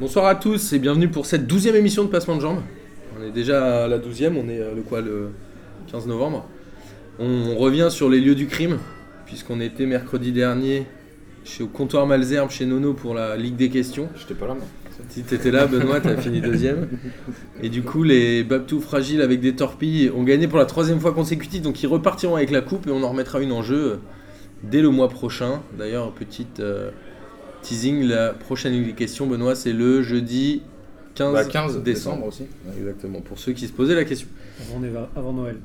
Bonsoir à tous et bienvenue pour cette douzième émission de Passement de Jambes. On est déjà à la douzième, on est euh, le quoi le 15 novembre. On, on revient sur les lieux du crime, puisqu'on était mercredi dernier chez, au comptoir Malzerbe chez Nono pour la Ligue des questions. J'étais pas là, moi. Si t'étais là, Benoît, t'as fini deuxième. Et du coup, les Babtou fragiles avec des torpilles ont gagné pour la troisième fois consécutive, donc ils repartiront avec la coupe et on en remettra une en jeu euh, dès le mois prochain. D'ailleurs, petite euh, teasing, la prochaine question, Benoît, c'est le jeudi 15, Bah, 15 décembre. décembre aussi. Ouais. Exactement, pour ceux qui se posaient la question. Avant, Neva- avant Noël.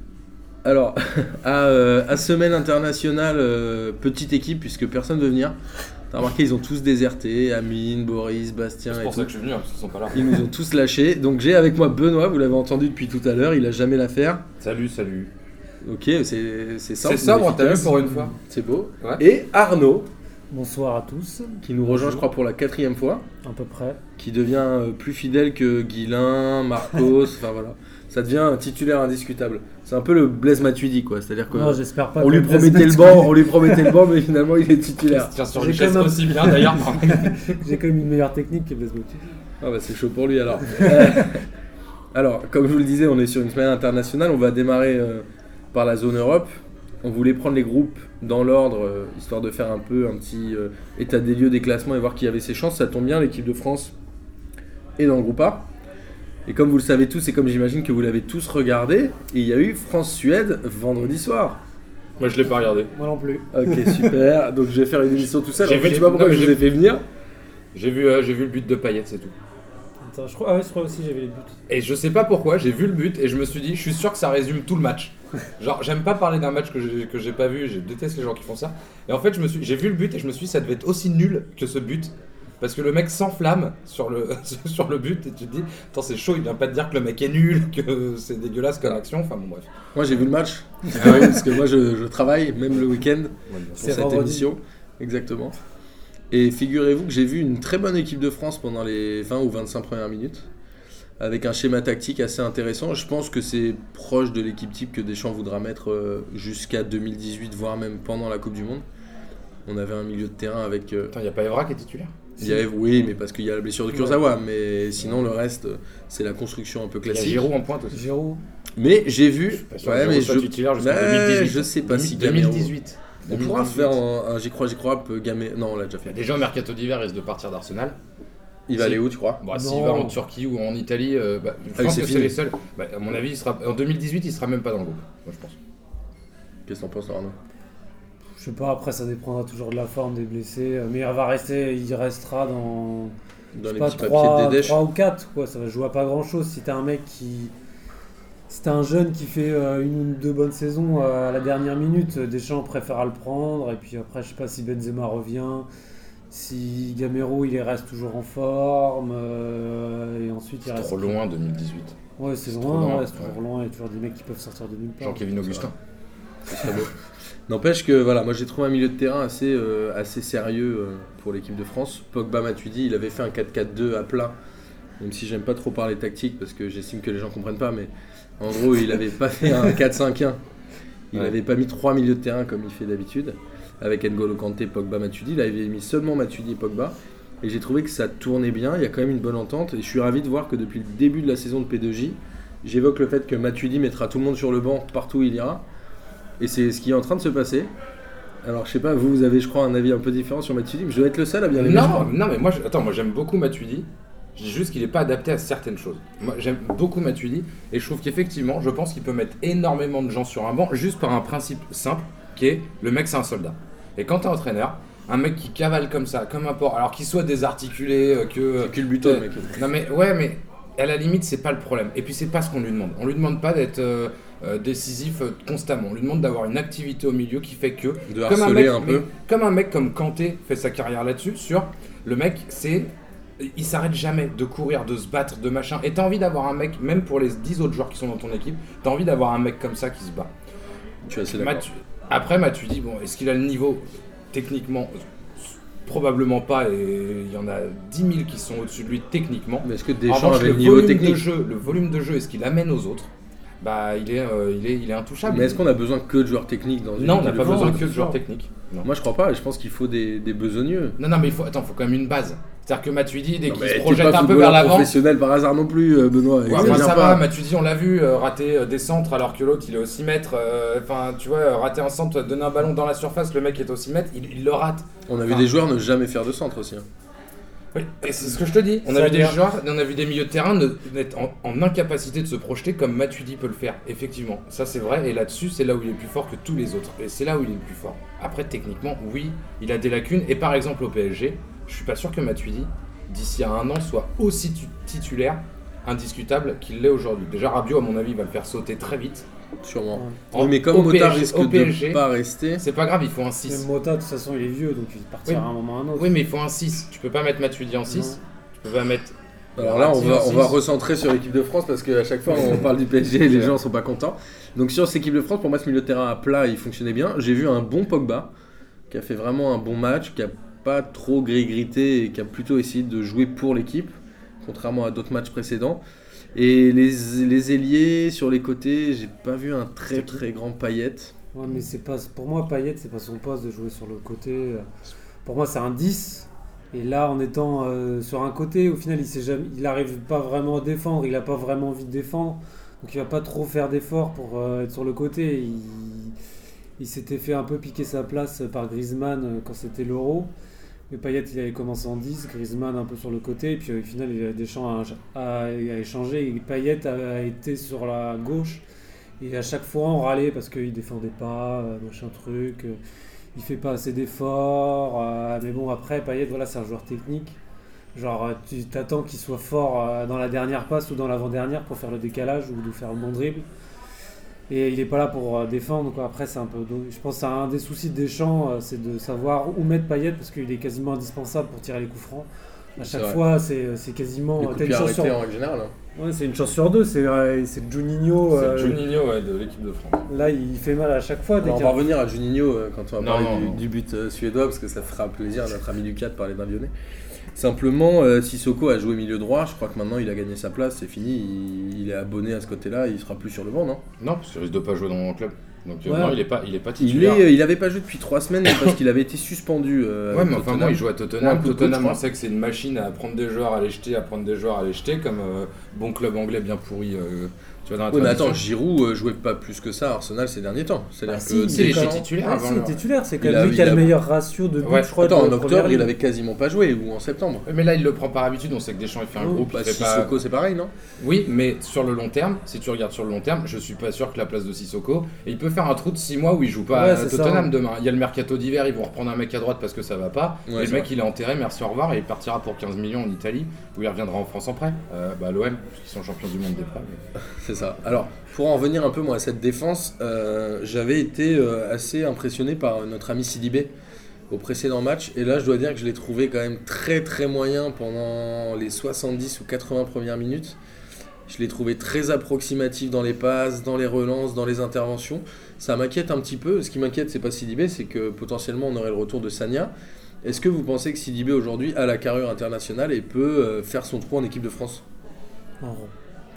Alors, à, euh, à semaine internationale, euh, petite équipe, puisque personne ne veut venir. T'as remarqué, ils ont tous déserté, Amine, Boris, Bastien C'est et pour tout. ça que je suis venu, hein, parce qu'ils sont pas là. Ils nous ont tous lâchés. Donc j'ai avec moi Benoît, vous l'avez entendu depuis tout à l'heure, il a jamais l'affaire. Salut, salut. Ok, c'est c'est simple. C'est sobre, mais t'as vu efficace. pour une fois C'est beau. Ouais. Et Arnaud, Bonsoir à tous, qui nous rejoint, je crois, pour la quatrième fois, à peu près. qui devient euh, plus fidèle que Guilin, Marcos, enfin voilà. Ça devient un titulaire indiscutable. C'est un peu le Blaise Matuidi, quoi. C'est-à-dire que. Non, j'espère pas. on lui qu'on laisse promettait le mettre- banc, on lui promettait le banc, mais finalement il est titulaire. Tiens, sur J'ai une chaise quand même- aussi bien d'ailleurs. J'ai quand même une meilleure technique que Blaise Matuidi. Ah bah c'est chaud pour lui alors. Euh, alors, comme je vous le disais, on est sur une semaine internationale. On va démarrer euh, par la zone Europe. On voulait prendre les groupes dans l'ordre, euh, histoire de faire un peu un petit euh, état des lieux des classements et voir qui avait ses chances. Ça tombe bien, l'équipe de France est dans le groupe A. Et comme vous le savez tous, et comme j'imagine que vous l'avez tous regardé, il y a eu France-Suède vendredi soir. Moi, je l'ai pas regardé. Moi non plus. Ok, super. Donc je vais faire une émission tout seul. J'ai En fait, vu- je sais pas pourquoi non, mais je vous j'ai- ai fait venir. J'ai vu, euh, j'ai vu le but de Payet, c'est tout. Attends, je crois, ah ouais, je crois aussi que j'avais les buts. Et je sais pas pourquoi, j'ai vu le but et je me suis dit, je suis sûr que ça résume tout le match. Genre, j'aime pas parler d'un match que j'ai, que j'ai pas vu, je déteste les gens qui font ça. Et en fait, je me suis, j'ai vu le but et je me suis dit, ça devait être aussi nul que ce but. Parce que le mec s'enflamme sur le, sur le but et tu te dis, attends, c'est chaud, il vient pas te dire que le mec est nul, que c'est dégueulasse comme action. Enfin, bon, bref. Moi j'ai vu le match, Ah oui, parce que moi je, je travaille, même le week-end, pour C'est cette vendredi. émission. Exactement. Et figurez-vous que j'ai vu une très bonne équipe de France pendant les 20 ou 25 premières minutes, avec un schéma tactique assez intéressant. Je pense que c'est proche de l'équipe type que Deschamps voudra mettre euh, jusqu'à 2018, voire même pendant la Coupe du Monde. On avait un milieu de terrain avec... euh, Attends, y a pas Evra qui est titulaire il y avait- oui, mais parce qu'il y a la blessure de Kurzawa, mais sinon le reste, euh, c'est la construction un peu Il y a classique. Giroud en pointe aussi. Giroud. Mais j'ai vu... Je suis pas sûr Ouais, que mais Giroud soit je- titulaire jusqu'en Ouais, 2018. je sais pas si Gamero- 2018. On pourra faire un, un J'y crois, j'y crois, peu gamé. Non, on l'a déjà fait. Déjà, au mercato d'hiver, risque de partir d'Arsenal. Il va Si. aller où, tu crois Bon, Non. s'il va en Turquie ou en Italie, euh, bah, je Ah, pense c'est que c'est fini. les seuls. Bah, à mon avis, il sera... en 2018, il sera même pas dans le groupe. Moi, je pense. Qu'est-ce que t'en penses, Arnaud Je sais pas, après ça dépendra toujours de la forme des blessés. euh, Mais il va rester, il restera Dans dans, je sais les pas, petits papiers de Dédèche. 3 ou 4. Quoi. Ça va jouer à pas grand chose. Si t'as un mec qui. Si t'as un jeune qui fait euh, une ou deux bonnes saisons euh, à la dernière minute, euh, Deschamps préférera le prendre. Et puis après, je sais pas si Benzema revient. Si Gamero il reste toujours en forme, euh, et ensuite il C'est reste trop loin, 2018. Ouais, c'est C'est loin, trop loin, ouais, c'est toujours ouais. loin, il y a toujours des mecs qui peuvent sortir de nulle part. Jean-Kévin Augustin. Ce serait beau. N'empêche que, voilà, moi j'ai trouvé un milieu de terrain assez, euh, assez sérieux euh, pour l'équipe de France. Pogba Matuidi, il avait fait un 4-4-2 à plat. Même si j'aime pas trop parler tactique parce que j'estime que les gens comprennent pas, mais en gros, il avait pas fait un 4-5-1. Il Ouais. avait pas mis trois milieux de terrain comme il fait d'habitude. Avec N'Golo Kanté, Pogba, Matuidi. Là, il avait mis seulement Matuidi et Pogba. Et j'ai trouvé que ça tournait bien. Il y a quand même une bonne entente. Et je suis ravi de voir que depuis le début de la saison de P2J, j'évoque le fait que Matuidi mettra tout le monde sur le banc partout où il ira. Et c'est ce qui est en train de se passer. Alors, je sais pas, vous, vous avez, je crois, un avis un peu différent sur Matuidi, mais je dois être le seul à bien l'aimer. je Non, crois. non, mais moi, je- attends, moi j'aime beaucoup Matuidi. Je dis juste qu'il n'est pas adapté à certaines choses. Moi, j'aime beaucoup Matuidi et je trouve qu'effectivement, je pense qu'il peut mettre énormément de gens sur un banc juste par un principe simple qui est le mec, c'est un soldat. Et quand t'es entraîneur, un mec qui cavale comme ça, comme un porc, alors qu'il soit désarticulé, euh, que. C'est culbutant, le euh, mec. Non, mais ouais, mais à la limite, c'est pas le problème. Et puis, c'est pas ce qu'on lui demande. On lui demande pas d'être euh, euh, décisif euh, constamment. On lui demande d'avoir une activité au milieu qui fait que De harceler un peu. mais comme un mec comme Kanté fait sa carrière là-dessus, sur le mec, c'est. Il s'arrête jamais de courir, de se battre, de machin. Et t'as envie d'avoir un mec, même pour les 10 autres joueurs qui sont dans ton équipe, t'as envie d'avoir un mec comme ça qui se bat. Je suis assez d'accord. Mathieu- Après, Mathieu dit bon, est-ce qu'il a le niveau Techniquement, s- probablement pas. Et il y en a 10 000 qui sont au-dessus de lui techniquement. Mais est-ce que En Deschamps revanche, avait le le niveau volume de technique jeu, le volume de jeu et ce qu'il amène aux autres, bah il est, euh, il est, il est intouchable. Mais est-ce qu'on a besoin que de joueurs techniques dans une non, on n'a équipe pas de foot besoin foot que de joueurs techniques. Non. Moi, je crois pas. Je pense qu'il faut des, des besogneux. Non, non, mais il faut, attends, faut quand même une base. C'est-à-dire que Matuidi, dès Non, qu'il mais se t'es projette pas un peu vers footballeur l'avant, professionnel par hasard non plus, euh, Benoît. Ouais, exagère moi, ça pas. va, Matuidi, on l'a vu, euh, rater euh, des centres alors que l'autre il est au 6 mètres. euh, Enfin, tu vois, euh, rater un centre, donner un ballon dans la surface, le mec est au 6 mètres, il, il le rate. On a vu des joueurs ne jamais faire de centre aussi. hein. Oui, et c'est ce que je te dis. On Ça a vu des vient. joueurs, on a vu des milieux de terrain ne- n'être en, en incapacité de se projeter comme Matuidi peut le faire, effectivement. Ça, c'est vrai, et là-dessus, c'est là où il est plus fort que tous les autres. Et c'est là où il est le plus fort. Après, techniquement, oui, il a des lacunes. Et par exemple, au PSG, je suis pas sûr que Matuidi, d'ici à un an, soit aussi tu- titulaire, indiscutable, qu'il l'est aujourd'hui. Déjà, Rabiot, à mon avis, va le faire sauter très vite. Sûrement. En- Oui, mais comme au Motard PSG, risque au de PSG, pas rester, c'est pas grave, il faut un Même 6. Mota, de toute façon, il est vieux, donc il partira Oui. à un moment ou à un autre. Oui, mais il faut un 6. Tu peux pas mettre Matuidi en 6. Tu peux pas mettre. alors là, on va, on va Six. recentrer sur l'équipe de France parce qu'à chaque fois, on parle du PSG et les gens sont pas contents. Donc sur cette équipe de France, pour moi, ce milieu de terrain à plat, il fonctionnait bien. J'ai vu un bon Pogba qui a fait vraiment un bon match, qui a pas trop grégrité et qui a plutôt essayé de jouer pour l'équipe, contrairement à d'autres matchs précédents. Et les, les ailiers sur les côtés, j'ai pas vu un très C'est qui très grand paillette. Ouais, mais c'est pas, pour moi, Payet, c'est pas son poste de jouer sur le côté. Pour moi, c'est un 10. Et là, en étant euh, sur un côté, au final, il sait jamais, il arrive pas vraiment à défendre, il a pas vraiment envie de défendre. Donc, il va pas trop faire d'efforts pour euh, être sur le côté. Il, il s'était fait un peu piquer sa place par Griezmann euh, quand c'était l'Euro. Mais Payet, il avait commencé en 10, Griezmann un peu sur le côté. Et puis, euh, au final, il y a des champs à, à- à échanger. Et Payet a été sur la gauche. Et à chaque fois, on râlait parce qu'il défendait pas, euh, machin truc, euh, il fait pas assez d'efforts. euh, mais bon, après, Payet, voilà, c'est un joueur technique. Genre, euh, tu t'attends qu'il soit fort euh, dans la dernière passe ou dans l'avant-dernière pour faire le décalage ou de faire un bon dribble. Et il est pas là pour euh, défendre, quoi. Après, c'est un peu. donc, Je pense que c'est un des soucis des champs, c'est de savoir où mettre Payet parce qu'il est quasiment indispensable pour tirer les coups francs. À C'est chaque vrai. fois, c'est euh, c'est quasiment. Les Oh, t'as coups de une pied chance sur- arrêtés en règle générale. hein. Ouais, c'est une chance sur deux. C'est euh, c'est Juninho. C'est euh, Juninho ouais, de l'équipe de France. Là, il fait mal à chaque fois. Dès Alors, on qu'il y va a- revenir à Juninho euh, quand on va Non, parler non, du, non. du but euh, suédois, parce que ça fera plaisir à notre ami Lucas de parler d'un Lyonnais. Simplement, euh, Sissoko a joué milieu droit, je crois que maintenant il a gagné sa place, c'est fini, il, il est abonné à ce côté-là, il sera plus sur le banc, non Non, parce qu'il risque de pas jouer dans mon club. Donc euh, Ouais. non, il est pas, il est pas Il titulaire. est, euh, il avait pas joué depuis 3 semaines mais parce qu'il avait été suspendu. euh, Ouais, avec mais enfin, Tottenham. moi, il joue à Ouais, un Tottenham. coup de coach, je Tottenham, crois. on sait que c'est une machine à prendre des joueurs, à les jeter, à prendre des joueurs, à les jeter, comme euh, bon club anglais bien pourri. euh, tu vois, dans la Ouais, mais attends, tradition. Giroud euh, jouait pas plus que ça à Arsenal ces derniers temps. C'est-à-dire Bah, que si, Ah, Si, dès il quand- était titulaire Ah, avant si, le- il est titulaire, c'est quand Il même a- lui qui a il le a- meilleur ratio de Ouais. but, je crois. Attends, de en première octobre, il ligue. avait quasiment pas joué, ou en septembre. Ouais, Mais là, il le prend par habitude. On sait que Deschamps, Oh, il fait un Non, groupe. Bah, il fait pas... Sissoko, c'est pareil, non Oui, mais sur le long terme, si tu regardes sur le long terme, je suis pas sûr que la place de Sissoko. Et il peut faire un trou de 6 mois où il joue pas Ouais, à c'est ça, hein. Tottenham ouais. demain. Il y a le mercato d'hiver, ils vont reprendre un mec à droite parce que ça va pas. Ouais, et c'est le mec, il est enterré, merci, au revoir. Et il partira pour 15 millions en Italie, où il reviendra en France en prêt. Euh, bah, l'OM, parce qu'ils sont champions du monde des prêts. mais- C'est ça. Alors, pour en revenir un peu moi à cette défense, euh, j'avais été euh, assez impressionné par notre ami Sidibé au précédent match. Et là, je dois dire que je l'ai trouvé quand même très très moyen pendant les 70 ou 80 premières minutes. Je l'ai trouvé très approximatif dans les passes, dans les relances, dans les interventions. Ça m'inquiète un petit peu. Ce qui m'inquiète, c'est pas Sidibé, c'est que potentiellement on aurait le retour de Sania. Est-ce que vous pensez que Sidibé aujourd'hui a la carrure internationale et peut euh, faire son trou en équipe de France Alors,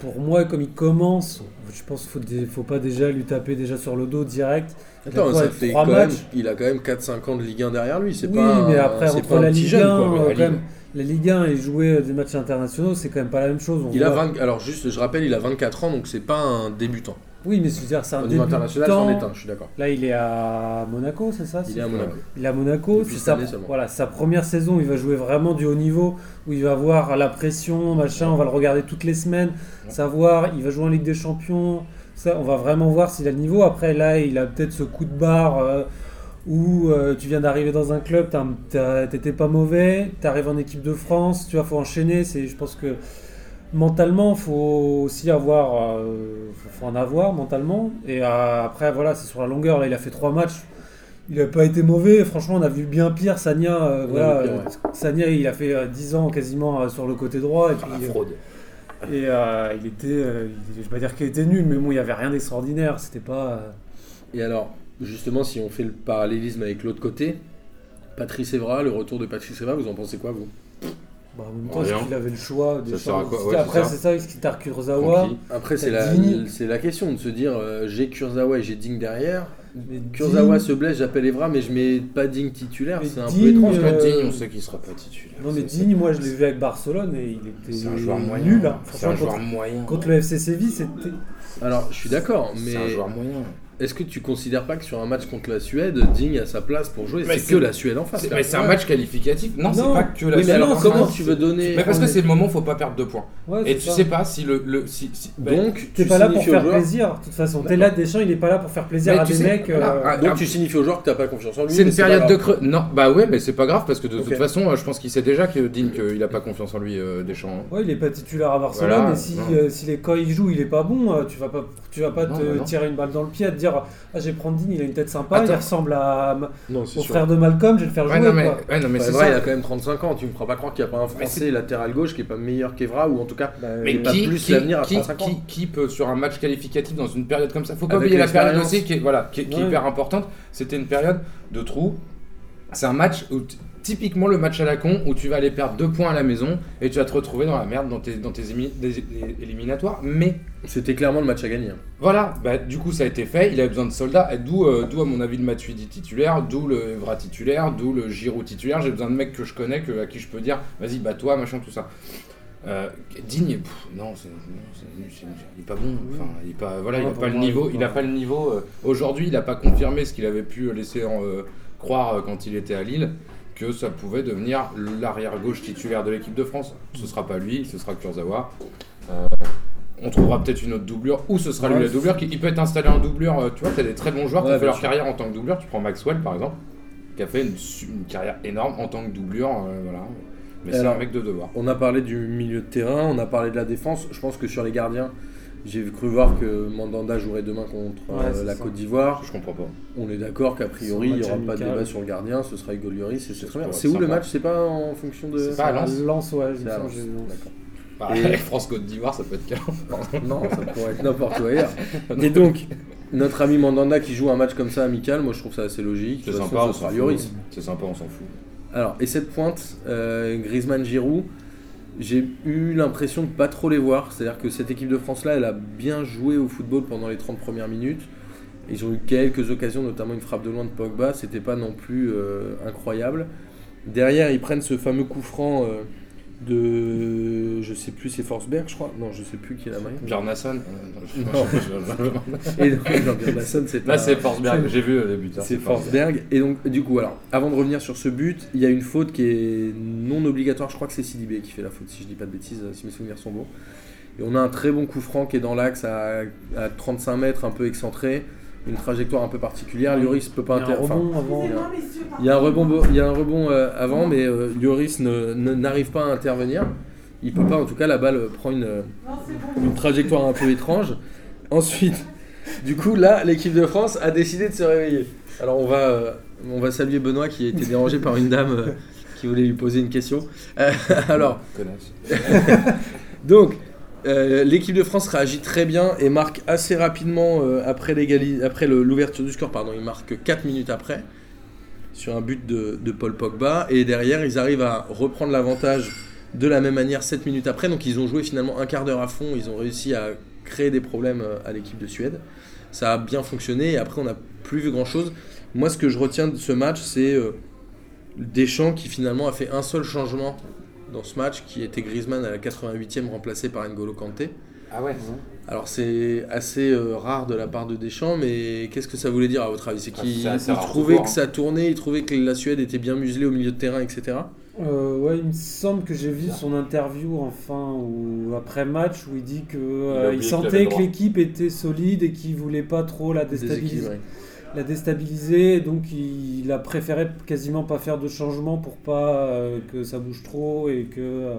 Pour moi, comme il commence, je pense qu'il faut, dé- faut pas déjà lui taper déjà sur le dos direct. Il a Attends, quoi, ça fait trois quand même- matchs il a quand même 4-5 ans de Ligue 1 derrière lui. C'est Oui, pas un- mais après, c'est entre pas un la petit Ligue 1, jeune, quoi, euh, la quand Ligue. même, la Ligue 1 et jouer euh, des matchs internationaux, c'est quand même pas la même chose. On Il a voit- 20 alors juste, je rappelle, il a 24 ans, donc c'est pas un débutant. Oui, mais je veux dire, c'est un Au niveau international, c'en est débutant. un, je suis d'accord. Là, il est à Monaco, c'est ça Il est à Monaco. Il est à Monaco, Depuis c'est cette sa, année seulement. voilà, sa première saison, il va jouer vraiment du haut niveau, où il va avoir la pression, machin, on va le regarder toutes les semaines, Ouais. savoir, il va jouer en Ligue des Champions, ça, on va vraiment voir s'il a le niveau. Après, là, il a peut-être ce coup de barre euh, où euh, tu viens d'arriver dans un club, t'as un- t'as- t'étais pas mauvais, t'arrives en équipe de France, tu vois, faut enchaîner, c'est, je pense que mentalement, faut aussi avoir, euh, faut, faut en avoir mentalement. Et euh, après, voilà, c'est sur la longueur. Là, il a fait trois matchs. Il n'a pas été mauvais. Franchement, on a vu bien pire. Sania, On euh, a voilà, vu pire, euh, Sagna, il a fait euh, 10 ans quasiment euh, sur le côté droit. Et, puis, La fraude. et, euh, il était, euh, il- je vais pas dire qu'il était nul, mais bon, il n'y avait rien d'extraordinaire. C'était pas. euh, Et alors, justement, si on fait le parallélisme avec l'autre côté, Patrice Evra, le retour de Patrice Evra, vous en pensez quoi, vous bah, en même temps, Rien. est-ce qu'il avait le choix des Ça sert à choses quoi Ouais, Après, c'est ça. c'est ça, est-ce qu'il t'a Kurzawa Tranquille. Après, Ça c'est la, digne. c'est la question de se dire euh, j'ai Kurzawa et j'ai Ding derrière. Mais Kurzawa Digne- se blesse, j'appelle Evra, mais je mets pas Digne titulaire, Mais c'est un peu Digne, étrange. euh, Digne, on sait qu'il sera pas titulaire. Non mais Ça, Digne, moi je l'ai vu avec Barcelone et il c'est- était C'est un joueur moyen. nul. hein. C'est un Franchement, joueur contre, moyen. contre le FC Séville, c'était. Alors, je suis d'accord, C'est un mais joueur moyen. est-ce que tu considères pas que sur un match contre la Suède, Digne a sa place pour jouer Mais C'est c'est- que la Suède en face. C'est- là. Mais c'est un Ouais. match qualificatif. Non, c'est Non. pas que Oui, la mais seule alors raison. comment tu veux donner Mais parce que c'est le moment, faut pas perdre de points. Ouais, Et c'est tu ça. sais pas si le. le- si- si- ben, Donc, T'es tu pas là pour signifies aux faire joueurs- plaisir, de toute façon. T'es D'accord. là, Deschamps, il est pas là pour faire plaisir Mais à tu des sais, mecs. voilà, euh, un- Donc, tu signifies au joueur que t'as pas confiance en lui. C'est mais une pas période de grave. creux. Non, bah ouais, mais c'est pas grave parce que de Ok. toute façon, euh, je pense qu'il sait déjà que Digne qu'il a pas confiance en lui, euh, Deschamps. Ouais, il est pas titulaire à Barcelone Voilà, et si, non. euh, si les quand il joue, il est pas bon, euh, tu vas pas, tu vas pas Non, te bah non. tirer une balle dans le pied à te dire ah je vais prendre Digne, il a une tête sympa, il Attends. ressemble à ma- Non, c'est au sûr. frère de Malcolm, je vais le faire Ouais, jouer. non, mais, quoi. ouais, non, Enfin, mais c'est Evra, il ça. a quand même 35 ans, tu me feras pas croire qu'il n'y a pas un Français latéral gauche qui est pas meilleur qu'Evra, ou en tout cas, Bah, Mais pas qui, plus qui, l'avenir à qui, 35 ans. qui, qui peut sur un match qualificatif dans une période comme ça Faut pas Avec oublier la période l'expérience. aussi qui est, voilà, qui, est- qui est Ouais. hyper importante. C'était une période de trou. C'est un match où t- typiquement le match à la con où tu vas aller perdre deux points à la maison et tu vas te retrouver dans la merde dans tes, dans tes émi- des- des éliminatoires. Mais c'était clairement le match à gagner. hein. voilà, bah, du coup ça a été fait, il avait besoin de soldats, et d'où, euh, d'où à mon avis le Matuidi titulaire, d'où le Evra titulaire, d'où le Giroud titulaire, j'ai besoin de mecs que je connais, que, à qui je peux dire vas-y bah toi, machin, tout ça. Euh, digne, pff, non, c'est, non, c'est- c'est- il est pas bon, enfin, il est pas, voilà, il Ouais, a pour pas le moi, niveau, il est il a pas- pas le niveau, euh, aujourd'hui il a pas confirmé ce qu'il avait pu laisser en, euh, croire euh, quand il était à Lille, que ça pouvait devenir l'arrière-gauche titulaire de l'équipe de France. Ce sera pas lui, ce sera Kurzawa. Euh, on trouvera peut-être une autre doublure, ou ce sera lui Ouais, la doublure. Qui, il peut être installé en doublure, euh, tu vois, t'as des très bons joueurs qui Ouais, ont bien fait leur sûr. carrière en tant que doublure. Tu prends Maxwell, par exemple, qui a fait une, su- une carrière énorme en tant que doublure, euh, voilà. Mais c'est Alors- un mec de devoir. On a parlé du milieu de terrain, on a parlé de la défense. Je pense que sur les gardiens, j'ai cru voir que Mandanda jouerait demain contre Ouais, euh, c'est la ça. Côte d'Ivoire. Je comprends pas. On est d'accord qu'a priori, C'est il un n'y aura pas match de amical. débat sur le gardien, ce sera Igor Lloris et ce sera bien. pourrait C'est être où le sympa. match C'est pas en fonction de. C'est pas à Lens. Lance, ouais, il me C'est à semble, Lens. je- non. D'accord. Bah, Et- France-Côte d'Ivoire, ça peut être calme. Non, ça pourrait être n'importe où ailleurs. Et donc, notre ami Mandanda qui joue un match comme ça amical, moi je trouve ça assez logique. De C'est toute sympa, façon, ce on s'en sera fout. Lloris. C'est sympa, on s'en fout. Alors, et cette pointe, euh, Griezmann Giroud, j'ai eu l'impression de pas trop les voir. C'est-à-dire que cette équipe de France-là, elle a bien joué au football pendant les 30 premières minutes. Ils ont eu quelques occasions, notamment une frappe de loin de Pogba, c'était pas non plus euh, incroyable. Derrière, ils prennent ce fameux coup franc euh, de. Je sais plus, c'est Forsberg, je crois. Non, je sais plus qui est la main. Bjorn Hassan Non. Et donc, Jean-Pierre Lasson, c'est un- Là, c'est Forsberg, j'ai vu euh, les buteurs. c'est Forsberg. Forsberg. Et donc, du coup, alors, avant de revenir sur ce but, il y a une faute qui est non obligatoire. Je crois que c'est Sidibé qui fait la faute, si je dis pas de bêtises, euh, si mes souvenirs sont bons. Et on a un très bon coup franc qui est dans l'axe à, à 35 mètres, un peu excentré, une trajectoire un peu particulière. Lloris peut pas Il y a un inter- enfin, rebond avant. il y a- il y a un rebond, bo- il y a un rebond euh, avant, mais euh, Lloris ne- ne- n'arrive pas à intervenir. Il peut pas, en tout cas, la balle euh, prend une, euh, une trajectoire un peu étrange. Ensuite, du coup, là, l'équipe de France a décidé de se réveiller. Alors, on va, euh, on va saluer Benoît qui a été dérangé par une dame euh, qui voulait lui poser une question. Euh, alors, Connasse. donc, euh, l'équipe de France réagit très bien et marque assez rapidement euh, après l'égali- après le- l'ouverture du score. Pardon, ils marquent 4 minutes après sur un but de, de Paul Pogba. Et derrière, ils arrivent à reprendre l'avantage de la même manière 7 minutes après. Donc, ils ont joué finalement un quart d'heure à fond. Ils ont réussi à créer des problèmes euh, à l'équipe de Suède. Ça a bien fonctionné et après, on n'a plus vu grand chose. Moi, ce que je retiens de ce match, c'est euh, Deschamps qui finalement a fait un seul changement dans ce match qui était Griezmann à la 88e remplacé par N'Golo Kanté. Ah ouais Alors c'est assez euh, rare de la part de Deschamps, mais qu'est-ce que ça voulait dire à votre avis C'est Ah, qu'il c'est assez il rare de trouvait voir, que hein. ça tournait, il trouvait que la Suède était bien muselée au milieu de terrain, etc. Euh, ouais, il me semble que j'ai vu son interview enfin ou après match où il dit que euh, oublié il qu'il sentait avait le que droit. l'équipe était solide et qu'il voulait pas trop la déstabiliser. Déséquilibré. la déstabiliser, donc il a préféré quasiment pas faire de changement pour pas euh, que ça bouge trop et que euh,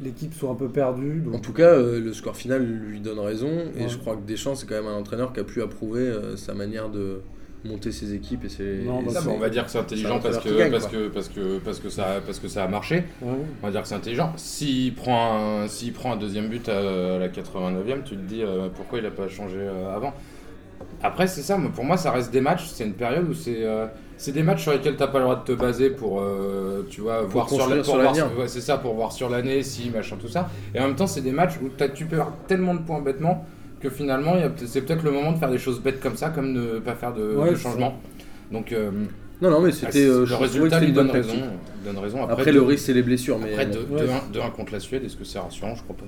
l'équipe soit un peu perdue. En Donc, tout cas, euh, le score final lui donne raison, et Ouais. je crois que Deschamps c'est quand même un entraîneur qui a pu approuver euh, sa manière de monter ses équipes et ses. Non, et bah, ses- Ça, bon, on va dire que c'est intelligent c'est un parce que, entraîneur qui parce, gagne, que, parce, que, parce, que ça, parce que ça a marché. ouais. On va dire que c'est intelligent. S'il prend, un- s'il prend un deuxième but à, la 89e, tu te dis euh, pourquoi il n'a pas changé euh, avant. Après, c'est ça. moi, Pour moi, ça reste des matchs. C'est une période où c'est. euh, c'est des matchs sur lesquels t'as pas le droit de te baser pour, euh, tu vois, voir sur, construire la- pour sur voir- l'avenir. ouais, c'est ça, pour voir sur l'année, si machin tout ça. Et en même temps, c'est des matchs où t'as- tu peux avoir tellement de points bêtement que finalement, il y a peut- c'est peut-être le moment de faire des choses bêtes comme ça, comme ne pas faire de, Ouais, de changement. Donc, euh, Non, non, mais bah, c'était. c'est- euh, je le trouvais que résultat c'était lui une bonne donne raison, tactique. donne raison. Après, Après, le de- risque, c'est les blessures. Mais euh, Après bon. 2-1 Ouais. contre la Suède, est-ce que c'est rassurant Je crois pas.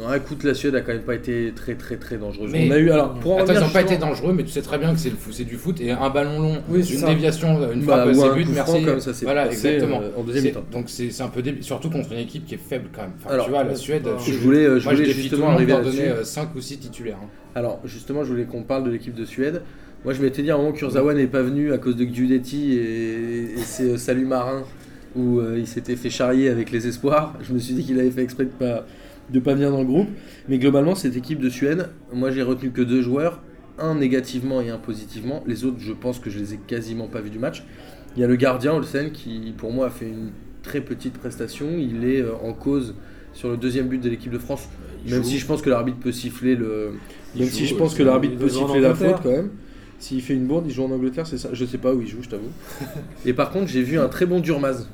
Non, écoute, la Suède a quand même pas été très, très, très dangereuse. Mais- On a eu. Alors, pour en Attends, ils revenir n'ont pas été justement- dangereux, mais tu sais très bien que c'est le fou- c'est du foot et un ballon long, Oui, c'est une ça. déviation, une Bah, frappe, ou c'est un but, coup merci. franc, comme ça s'est voilà, passé, exactement. euh, en deuxième C'est- mi-temps. Donc c'est c'est un peu débile, surtout contre une équipe qui est faible quand même. Enfin, Alors, tu vois, la Suède, euh, Je voulais, euh, je moi, je voulais défie justement tout le monde arriver d'en là-dessus. donner 5 ou 6 titulaires. hein. Alors, justement, je voulais qu'on parle de l'équipe de Suède. Moi, je m'étais dit à un moment que Kurzawa n'est pas venu à cause de Giudetti et, et ses euh, saluts marins où euh, il s'était fait charrier avec les espoirs. Je me suis dit qu'il avait fait exprès de pas de pas venir dans le groupe. Mais globalement, cette équipe de Suède, moi, j'ai retenu que deux joueurs, un négativement et un positivement. Les autres, je pense que je les ai quasiment pas vus du match. Il y a le gardien Olsen qui, pour moi, a fait une très petite prestation. Il est euh, en cause sur le deuxième but de l'équipe de France. Il Même joue. si je pense que l'arbitre peut siffler le. Il Même joue, si je euh, pense que c'est- l'arbitre il peut doit jouer en siffler la Angleterre. faute quand même. S'il fait une bourde, il joue en Angleterre, c'est ça. Je sais pas où il joue, je t'avoue. Et par contre, j'ai vu un très bon Durmaz,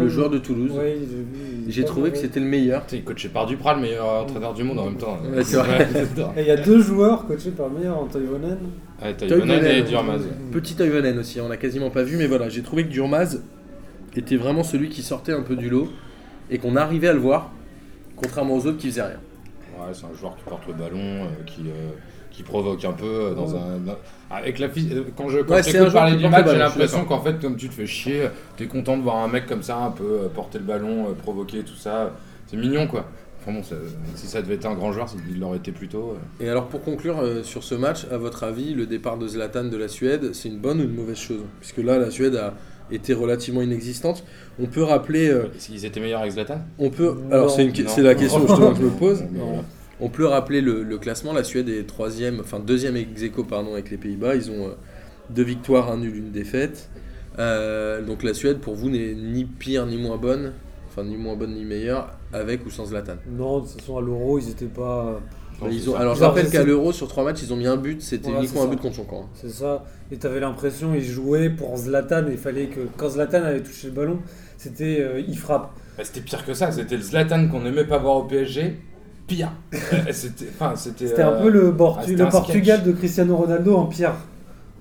le joueur de Toulouse. Ouais, j'ai vu, il est J'ai pas trouvé que mauvais. c'était le meilleur. Putain, il est coaché par Duprat, le meilleur entraîneur du monde en même temps. Ouais, c'est vrai. Et Il y a deux joueurs coachés par meilleur, Antoine Vonen. Ouais, t'as Toivonen. Ivonen et Durmaz. Petit Toivonen aussi, on l'a quasiment pas vu, mais voilà, j'ai trouvé que Durmaz était vraiment celui qui sortait un peu du lot et qu'on arrivait à le voir, contrairement aux autres qui faisaient rien. Ouais, c'est un joueur qui porte le ballon, euh, qui, euh, qui provoque un peu euh, dans Ouais. un. dans- Avec la phys- euh, Quand je quand Ouais, je c'est t'écoute un joueur parler qui du porte le match, j'ai ballon, je suis l'impression qu'en fait, comme tu te fais chier, euh, t'es content de voir un mec comme ça, un peu euh, porter le ballon, euh, provoquer, tout ça. C'est mignon, quoi. Enfin bon, ça- si ça devait être un grand joueur, il l'aurait été plus tôt. euh. Et alors pour conclure euh, sur ce match, à votre avis, le départ de Zlatan de la Suède, c'est une bonne ou une mauvaise chose Puisque là, la Suède a été relativement inexistante. On peut rappeler, euh, Est-ce qu'ils étaient meilleurs avec Zlatan on peut. Non. Alors c'est une- Non. c'est la question justement que je me pose. Bon, bah, voilà. On peut rappeler le, le classement. La Suède est troisième, enfin deuxième ex aequo, pardon, avec les Pays-Bas. Ils ont euh, deux victoires, un nul, une défaite. Euh, donc la Suède, pour vous, n'est ni pire ni moins bonne, enfin ni moins bonne ni meilleure, avec ou sans Zlatan. Non, de toute façon, à l'Euro, ils étaient pas. Non, Ils c'est ont- ça. alors je Genre, rappelle c'est- qu'à l'Euro, sur trois matchs, ils ont mis un but. C'était Voilà, uniquement c'est un ça. but contre son camp. hein. C'est ça. Et t'avais l'impression, il jouait pour Zlatan. Il fallait que. Quand Zlatan avait touché le ballon, c'était. euh, il frappe. Bah, c'était pire que ça, c'était le Zlatan qu'on aimait pas voir au PSG. Pire. Euh, c'était enfin, c'était, C'était un euh, peu le, Bortu- ah, c'était le un sketch. Portugal de Cristiano Ronaldo en pierre.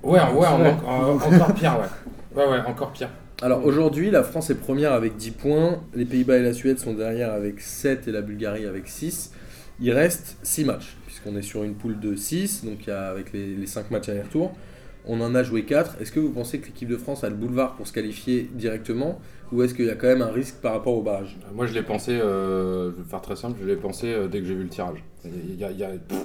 Ouais, ouais, en- Ouais. en- encore pire, ouais. Ouais, ouais, encore pire. Alors aujourd'hui, la France est première avec 10 points, les Pays-Bas et la Suède sont derrière avec 7 et la Bulgarie avec 6. Il reste 6 matchs, puisqu'on est sur une poule de 6, donc il y a- avec les, 5 matchs aller-retour. On en a joué 4. Est-ce que vous pensez que l'équipe de France a le boulevard pour se qualifier directement Ou est-ce qu'il y a quand même un risque par rapport au barrage Moi, je l'ai pensé, euh, je vais faire très simple, je l'ai pensé euh, dès que j'ai vu le tirage. Il, y a- il y a- pff,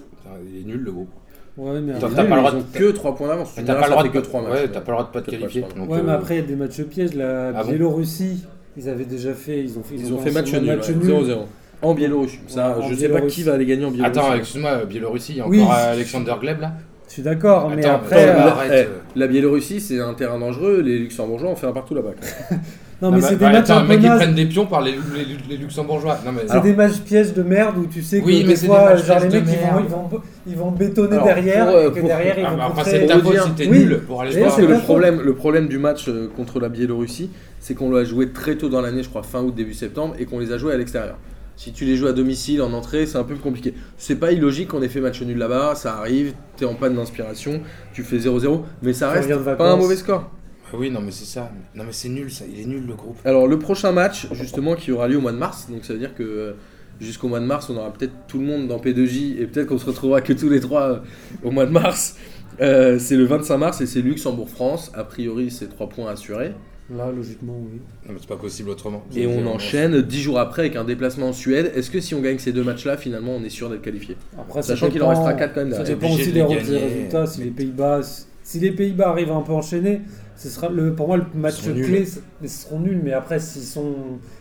il est nul le groupe. Ouais, mais, T'as- Ils pas le droit ils de- ont que 3 points d'avance. T'as En pas, général, le ça droit de fait que pas- 3 matchs. ouais, t'as pas le droit de pas te Quatre qualifier. matchs, Donc, ouais, mais euh, après, il y a des matchs pièges. La Ah bon Biélorussie, ils avaient déjà fait. Ils ont fait, Ils ont fait commencé match un nul, ouais, 0-0. En Biélorussie. Ça, Ouais, en je sais pas Biélorussie. qui va aller gagner en Biélorussie. Attends, excuse-moi, Biélorussie, il y a encore Oui. euh, Alexander Gleb là Je suis d'accord, mais Attends, après. attends, euh, la, arrête. eh, la Biélorussie, c'est un terrain dangereux. Les Luxembourgeois en fait un partout là-bas. quoi. Non, mais Ah, c'est bah, des matchs attends, un le peu mec, ils nazes. prennent des pions par les, les- les Luxembourgeois. Non, mais. C'est des matchs pièges de merde où tu sais que Oui, mais des c'est fois, des matchs genre les pièges de mecs ils vont, merde. ils, vont, ils vont bétonner Alors, derrière pour, euh, et que pour- derrière ils Ah, vont mais enfin, contrer. c'est ta Pour faute dire- si t'es oui. nul pour aller Je D'ailleurs, pense que voir. c'est le pas faux. problème, le problème du match euh, contre la Biélorussie, c'est qu'on l'a joué très tôt dans l'année, je crois fin août, début septembre, et qu'on les a joués à l'extérieur. Si tu les joues à domicile, en entrée, c'est un peu compliqué. C'est pas illogique qu'on ait fait match nul là-bas, ça arrive, t'es en panne d'inspiration, tu fais 0-0, mais ça Tu reste reviens de pas un vacances. mauvais score. Ah Oui, non, mais c'est ça. Non, mais c'est nul ça, il est nul le groupe. Alors le prochain match, justement, qui aura lieu au mois de mars, donc ça veut dire que euh, jusqu'au mois de mars, on aura peut-être tout le monde dans P2J, et peut-être qu'on se retrouvera que tous les trois euh, au mois de mars. Euh, c'est le 25 mars et c'est Luxembourg-France. A priori, c'est 3 points assurés. Là, logiquement, oui. Non, mais c'est pas possible autrement. Et on enchaîne 10 jours après avec un déplacement en Suède. Est-ce que si on gagne ces deux matchs-là, finalement, on est sûr d'être qualifié Après, ça Sachant qu'il en dépend- restera 4 quand même Ça derrière. T'es dépend obligé aussi de des les des gagner. résultats. Si les Pays-Bas si les Pays-Bas arrivent à un peu enchaîner, ce sera le, pour moi le match seront clé. c'est- Ils seront nuls, mais après s'ils sont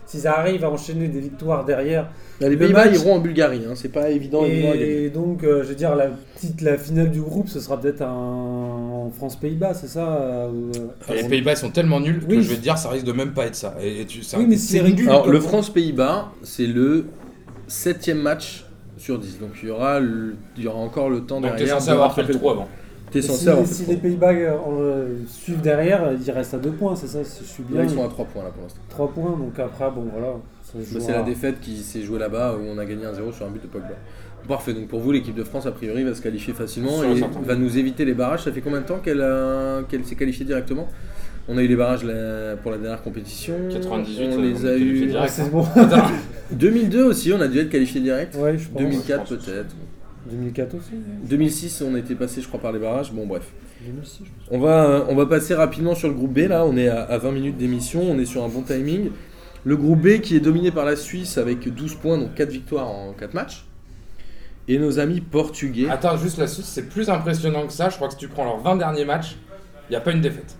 s'ils arrivent à enchaîner des victoires derrière Bah, les Le Pays-Bas match- iront en Bulgarie, hein. c'est pas évident. évident à gagner. et donc euh, je veux dire la petite la finale du groupe, ce sera peut-être un France-Pays-Bas, c'est ça euh, Ah, Les Pays-Bas sont tellement nuls que Oui. je vais te dire, ça risque de même pas être ça. Et, et tu, c'est Oui, un- mais c'est ridicule. Alors, le France-Pays-Bas, c'est le 7 match sur 10. Donc il y aura, le- il y aura encore le temps Donc t'es derrière. censé de avoir fait rattraper le trou avant. T'es Et censé si, avoir fait si le les trou. Pays-Bas euh, euh, suivent derrière, ils restent à deux points, c'est ça Si je suis bien, Là, ils sont à 3 points là pour l'instant. trois points, donc après, bon voilà. ce Bah, joueur. c'est la défaite qui s'est jouée là-bas où on a gagné 1-0 sur un but de Pogba. Parfait, donc pour vous, l'équipe de France, a priori, va se qualifier facilement Sur un et certain. va nous éviter les barrages. Ça fait combien de temps qu'elle a- qu'elle s'est qualifiée directement On a eu les barrages la- pour la dernière compétition. 98, on euh, on les a est qualifié eu. direct. Ah, c'est bon. 2002 aussi, on a dû être qualifié direct. ouais, je pense. 2004 je pense. peut-être. 2004 aussi. 2006, on était passé, je crois, par les barrages. Bon, bref. 2006, je pense. On va, euh, on va passer rapidement sur le groupe B. Là, on est à, à 20 minutes d'émission, on est sur un bon timing. Le groupe B qui est dominé par la Suisse avec 12 points, donc 4 victoires en 4 matchs. Et nos amis portugais. Ah. Attends, juste la Suisse, c'est plus impressionnant que ça. Je crois que si tu prends leurs 20 derniers matchs, il n'y a pas une défaite.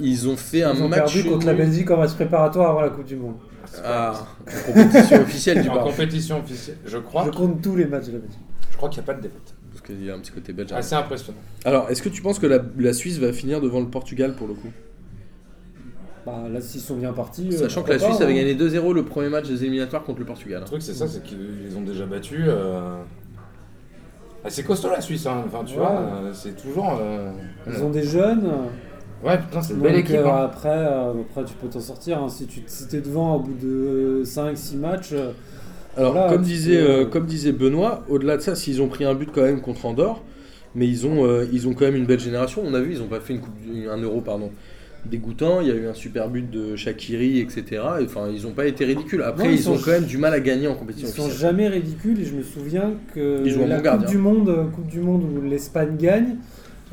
Ils ont fait un Ils ont match perdu contre la nul. Belgique en match préparatoire avant la Coupe du Monde. Ah, en compétition officielle du En bar. compétition officielle, je crois, Bah. Je compte tous les matchs de la Belgique. je crois qu'il n'y a pas de défaite. Parce qu'il y a un petit côté belge. Ah, Assez impressionnant. Alors, est-ce que tu penses que la, la Suisse va finir devant le Portugal pour le coup Bah, là, s'ils sont bien partis. euh, Sachant que la pourquoi Suisse pas, avait gagné hein. 2-0 le premier match des éliminatoires contre le Portugal. hein. Le truc, c'est ça, c'est qu'ils les ont déjà battus. euh, ah, c'est costaud la Suisse, hein. enfin tu Ouais. vois, euh, c'est toujours. euh, hein. Ils ont des jeunes. Ouais, putain, c'est une Donc, belle équipe. euh, hein. après, euh, après, tu peux t'en sortir. hein. Si tu si t'es devant au bout de 5-6 matchs, euh, Alors, Voilà, comme, parce disait, que- euh, comme disait Benoît, au-delà de ça, s'ils ont pris un but quand même contre Andorre, mais ils ont, euh, ils ont quand même une belle génération. On a vu, ils n'ont pas fait une coupe, du- un euro pardon, dégoûtant. Il y a eu un super but de Shakiri, etc. Et, Enfin, ils n'ont pas été ridicules. Après, Non, ils, ils sont ont ju- quand même du mal à gagner en ils compétition sont officielle. jamais ridicules. Et je me souviens que Ils jouent en bon la coupe, gardien. du monde, euh, coupe du Monde où l'Espagne gagne,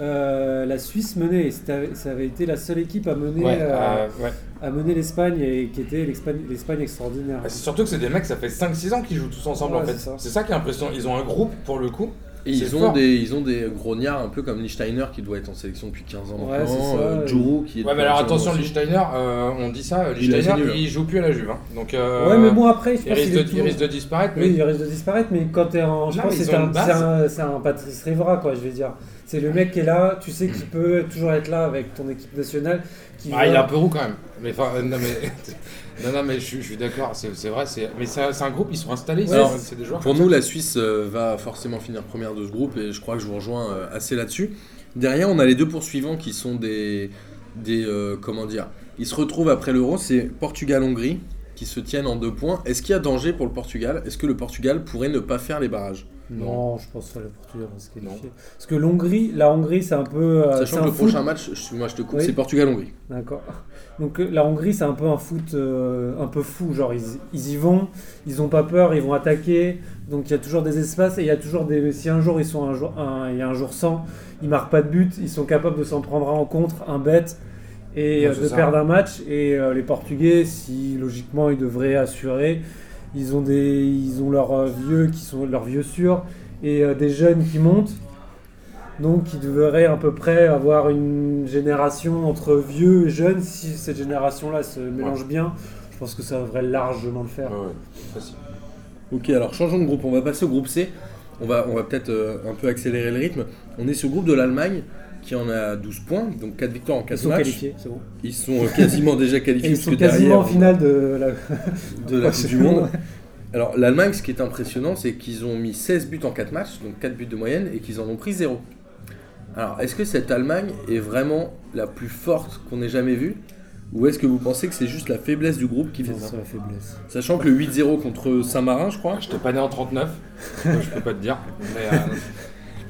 euh, la Suisse menait. Et c'était- ça avait été la seule équipe à mener, Ouais, euh, euh, ouais. à mener l'Espagne et qui était l'Espagne l'Espagne extraordinaire. Ah, C'est surtout que c'est des mecs, ça fait 5-6 ans qu'ils jouent tous ensemble Ouais, en fait. c'est ça. C'est ça qui est impressionnant. Ils ont un groupe pour le coup. Et c'est ils, ont fort. des, ils ont des grognards un peu comme Lichtsteiner qui doit être en sélection depuis 15 ans Ouais, maintenant. c'est ça, euh, et- Juru qui est. Ouais, depuis mais alors 15 ans attention, aussi. Lichtsteiner, euh, on dit ça, Il a Lichtsteiner, signé, ouais. il joue plus à la Juve. hein. Donc, euh, ouais, mais bon, après, je il pense qu'il risque, de, est tout- il risque de disparaître, mais Oui, il risque de disparaître, mais quand t'es en. Je Non, pense mais que ils c'est ont un, une base. c'est un- c'est un Patrice Rivera, quoi, je vais dire. C'est le mec qui est là, tu sais qu'il peut toujours être là avec ton équipe nationale. Qui Ah, va- il est un peu roux quand même. Mais enfin, euh, non, mais, non, non, mais je, suis- je suis d'accord, c'est c'est vrai. c'est- Mais c'est un c'est un groupe, ils sont installés, ils Ouais, sont- c'est- c'est des joueurs. Pour nous, la Suisse euh, va forcément finir première de ce groupe et je crois que je vous rejoins euh, assez là-dessus. Derrière, on a les deux poursuivants qui sont des. des euh, comment dire Ils se retrouvent après l'euro, c'est Portugal-Hongrie qui se tiennent en deux points. Est-ce qu'il y a danger pour le Portugal Est-ce que le Portugal pourrait ne pas faire les barrages Non, je pense pas le Portugal va se qualifier. Parce que l'Hongrie, la Hongrie, c'est un peu. euh, c'est Sachant un que le foot- prochain match, je, moi je te coupe, Oui. c'est Portugal-Hongrie. D'accord. Donc euh, la Hongrie, c'est un peu un foot euh, un peu fou. Genre, ils, ils y vont, ils ont pas peur, ils vont attaquer. Donc il y a toujours des espaces et il y a toujours des. Si un jour ils sont un jour, un- il y a un jour sans, ils marquent pas de but, ils sont capables de s'en prendre un en contre, un bête et Ouais, euh, c'est de ça. perdre un match. Et euh, les Portugais, si logiquement ils devraient assurer, ils ont des, ils ont leurs euh, vieux qui sont leurs vieux sûrs et euh, des jeunes qui montent. Donc ils devraient à peu près avoir une génération entre vieux et jeunes. Si cette génération-là se mélange bien, je pense que ça devrait largement le faire. Ouais, ouais, facile. Ok, alors changeons de groupe, on va passer au groupe C. On va, on va peut-être euh, un peu accélérer le rythme. On est sur le groupe de l'Allemagne qui en a 12 points, donc 4 victoires en Ils 4 sont matchs. qualifiés, c'est bon. Ils sont euh, quasiment déjà Et qualifiés ils sont puisque derrière, euh, quasiment en on- finale de la de la Ouais, Coupe c'est du bon, Monde. ouais. Alors l'Allemagne, ce qui est impressionnant, c'est qu'ils ont mis 16 buts en 4 matchs, donc 4 buts de moyenne, et qu'ils en ont pris 0. Alors est-ce que cette Allemagne est vraiment la plus forte qu'on ait jamais vue Ou est-ce que vous pensez que c'est juste la faiblesse du groupe qui fait ça C'est la faiblesse. Sachant que le 8-0 contre Saint-Marin, je crois. J'étais pas né en 39, donc je peux pas te dire. Mais, euh,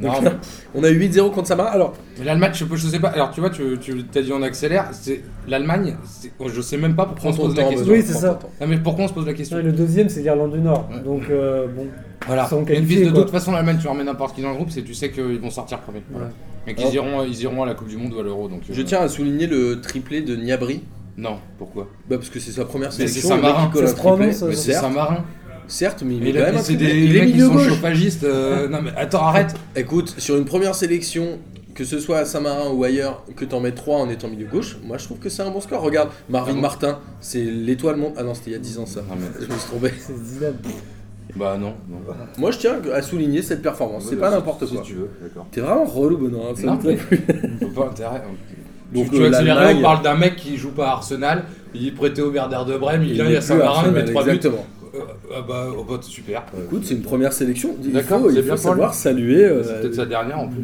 non, Donc mais, là, on a eu 8-0 contre Saint-Marin. Alors mais l'Allemagne, je, peux- je sais pas. Alors, tu vois, tu, tu t'as dit on accélère. c'est- L'Allemagne, c'est- oh, je sais même pas pourquoi prends on se ton pose la temps. question. Benoît, Oui, c'est prends ça. ton temps. Non, mais pourquoi on se pose la question Non, et le deuxième, c'est l'Irlande du Nord. Ouais. Donc euh, bon. Voilà. Ils sont Et le qualifiés, fils de quoi. toute façon, l'Allemagne, tu remets n'importe qui dans le groupe, c'est tu sais qu'ils vont sortir premier. Voilà. Ouais. Mais qu'ils Alors- iront, ils iront à la Coupe du Monde ou à l'Euro. Donc, euh, Je tiens à souligner le triplé de Niabri. Non, pourquoi Bah, parce que c'est sa première Mais c'est sélection. le mec Saint-Marin. qui colle Ça un se prononce, triplé. Mais ça. c'est Certes, Saint-Marin. certes, mais il Mais est là, quand même un c'est triplé. des Il est mecs qui milieu sont gauche. chauffagistes. euh, non, mais attends, arrête. Écoute, sur une première sélection, que ce soit à Saint-Marin ou ailleurs, que t'en mets 3 en étant milieu gauche, moi je trouve que c'est un bon score. Regarde, Marvin Ah bon Martin, c'est l'étoile monde. Ah non, c'était il y a 10 ans ça. Non, mais- Je me suis trompé. C'est Zidane. Bah non, non. Bah, Moi je tiens à souligner cette performance, c'est pas n'importe Si quoi. tu veux, d'accord. T'es vraiment relou, Benoît. hein, ça Non, me plaît. On peut pas intérêt. hein. Donc, tu, tu euh, accélérer, l'Allemagne- on parle d'un mec qui joue pas à Arsenal, il est prêté au Werder de Brême, il vient, il y est a plus Saint-Marin, il Arsenal, met 3 buts. Exactement. Euh, ah bah, oh, bah, super. Écoute, c'est une première sélection. Il D'accord, faut, euh, c'est il bien faut pour lui. savoir saluer. euh, C'est peut-être sa dernière en plus.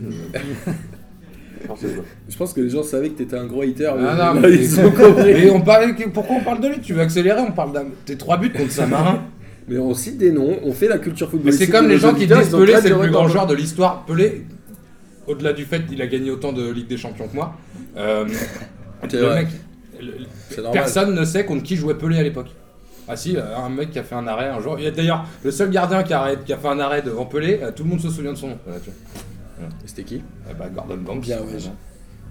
Je pense que les gens savaient que t'étais un gros hater. Ah non, mais mais- ils ont compris. Et on parlait, pourquoi on parle de lui Tu veux accélérer On parle d'un. Tes trois buts contre Samarin. Mais on cite des noms, on fait la culture Mais footballistique. c'est comme de les nos gens qui auditeurs, disent ils ont Pelé, très c'est le duré plus dans grand joueur de l'histoire. Pelé, au-delà du fait qu'il a gagné autant de Ligue des Champions que moi, euh, C'est le vrai, mec, le- le- C'est normal. personne ne sait contre qui jouait Pelé à l'époque. Ah si, euh, un mec qui a fait un arrêt un jour. Il y a D'ailleurs, le seul gardien qui a, arrêt- qui a fait un arrêt devant Pelé, euh, tout le monde se souvient de son nom. Voilà, tu vois. C'était qui Eh bah, Gordon Banks. Bien, ouais, je-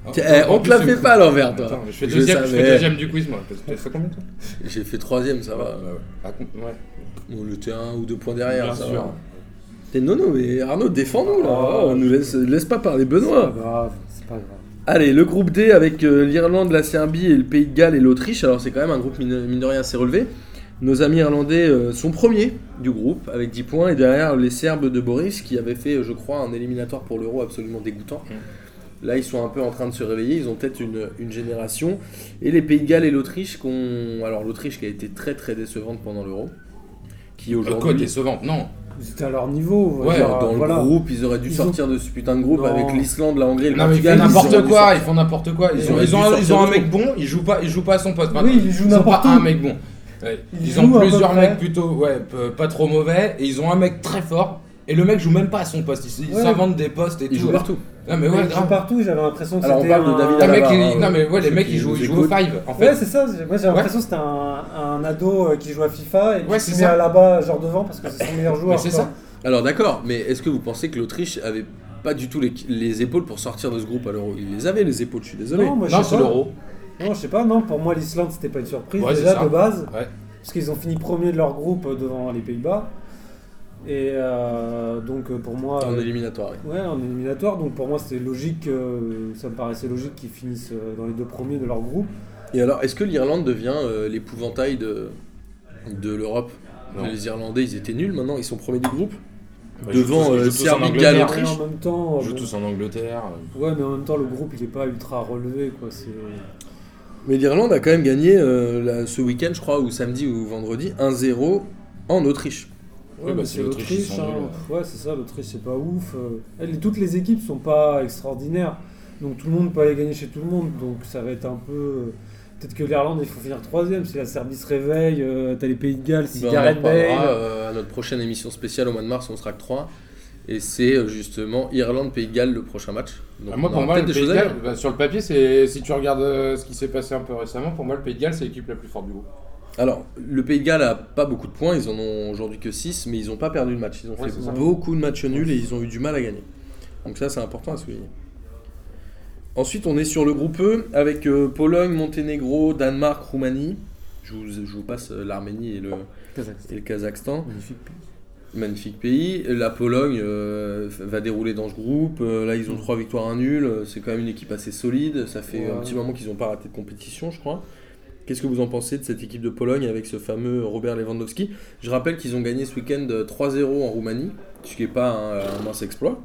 Oh, Eh, en On te plus, la c'est- fait pas à l'envers, toi. Attends, je fais Je deuxième, je fais savais. deuxième du quiz, moi. Tu fais combien, toi J'ai fait troisième, ça va. ouais. Ah, con- ouais, On était un ou deux points derrière, bien ça sûr. Oh. va. T'es- Non, non, mais Arnaud, défends-nous, là. Oh, Ah, on nous laisse, laisse pas parler pas Benoît. grave, c'est pas grave. Allez, le groupe D avec euh, l'Irlande, la Serbie et le Pays de Galles et l'Autriche. Alors, c'est quand même un groupe mine, mine de rien assez relevé. Nos amis irlandais euh, sont premiers du groupe avec 10 points et derrière les Serbes de Boris qui avaient fait, euh, je crois, un éliminatoire pour l'Euro absolument dégoûtant. Mm. Là, ils sont un peu en train de se réveiller. Ils ont peut-être une, une génération. Et les Pays de Galles et l'Autriche, qui ont- alors l'Autriche qui a été très très décevante pendant l'Euro, qui Euh, Quoi, aujourd'hui décevante Non. Ils étaient à leur niveau. on va Ouais, dire, dans le voilà. groupe, ils auraient dû Ils sortir de ce putain de groupe Non. avec l'Islande, la Hongrie, et le Non, mais ils font Portugal. Ils auraient n'importe dû quoi, sortir. ils font n'importe quoi. Ils Ils ont, auraient ils ont dû un, sortir ils ont un du mec bon, ils jouent pas, ils jouent pas à son poste. maintenant. Oui, ils jouent ont pas n'importe où. un mec bon. Ouais, Ils Ils, jouent à ont peu plusieurs près. mecs plutôt ouais, p- pas trop mauvais et ils ont un mec très fort. Et le mec joue même pas à son poste, ils ils Ouais. s'inventent des postes et Ils tout. jouent partout. Non mais Ils ouais, jouent grave. partout, j'avais l'impression que Alors, on c'était parle de un- David Les mecs, Alaba, ils- hein, non mais ouais, les ceux mecs qui ils jouent, nous ils jouent au écoutent. five. En fait, Ouais, c'est ça. j'ai- Moi, j'ai l'impression que c'était un, un ado euh, qui joue à FIFA et Ouais, qui c'est se met ça. à là-bas, genre devant, parce que c'est son meilleur joueur. Mais c'est quoi. ça. Alors d'accord, mais est-ce que vous pensez que l'Autriche avait pas du tout les, les épaules pour sortir de ce groupe à l'Euro Ils les avaient les épaules, je suis désolé. Non, moi, je non, sais c'est pas. l'euro. Non, je sais pas, non, pour moi, l'Islande, c'était pas une surprise Ouais, c'est déjà ça. de base. Ouais. Parce qu'ils ont fini premier de leur groupe euh, devant les Pays-Bas. Et euh, donc, euh, pour moi. en euh, éliminatoire. oui. Ouais, en éliminatoire, donc pour moi c'était logique, euh, ça me paraissait logique qu'ils finissent euh, dans les deux premiers de leur groupe. Et alors, est-ce que l'Irlande devient euh, l'épouvantail de, de l'Europe Non. Les Irlandais, ils étaient nuls maintenant, ils sont premiers du groupe. Bah, ils Devant, jouent tous- ils euh, jouent tous en Serbie, Angleterre. Galles, Et Autriche. en même temps, Ils jouent bon, tous en Angleterre. ouais, mais en même temps le groupe il est pas ultra relevé quoi. C'est Mais l'Irlande a quand même gagné euh, la- ce week-end, je crois, ou samedi ou vendredi, 1-0 en Autriche. ouais, Oui, bah, mais c'est l'Autriche, ils sont nuls, Pff, hein. Ouais, c'est ça, l'Autriche c'est pas ouf. euh. Elles- toutes les équipes sont pas extraordinaires, donc tout le monde peut aller gagner chez tout le monde, donc ça va être un peu. euh, Peut-être que l'Irlande il faut finir troisième si la Serbie se réveille, euh, t'as les Pays de Galles, Ben, Cigarette on en Bale. parlera euh, à notre prochaine émission spéciale au mois de mars, on sera que 3. Et c'est euh, justement Irlande-Pays de Galles le prochain match. Donc, Ah, moi, on pour aura moi, peut-être des le Pays de choses à Galles, bah, sur le papier, c'est si tu regardes euh, ce qui s'est passé un peu récemment, pour moi, le Pays de Galles, c'est l'équipe la plus forte du groupe. Alors, le Pays de Galles a pas beaucoup de points, ils en ont aujourd'hui que 6, mais ils n'ont pas perdu le match. Ils ont Ouais, fait c'est ça. beaucoup de matchs nuls et ils ont eu du mal à gagner. Donc ça, c'est important à souligner. Ensuite, on est sur le groupe E avec euh, Pologne, Monténégro, Danemark, Roumanie. Je vous, je vous passe euh, l'Arménie et le, et le Kazakhstan. Magnifique pays. Magnifique pays. La Pologne euh, va dérouler dans ce groupe. Euh, là, ils ont trois victoires, un nul. C'est quand même une équipe assez solide. Ça fait Ouais. un petit moment qu'ils n'ont pas raté de compétition, je crois. Qu'est-ce que vous en pensez de cette équipe de Pologne avec ce fameux Robert Lewandowski Je rappelle qu'ils ont gagné ce week-end 3-0 en Roumanie, ce qui n'est pas un, un mince exploit,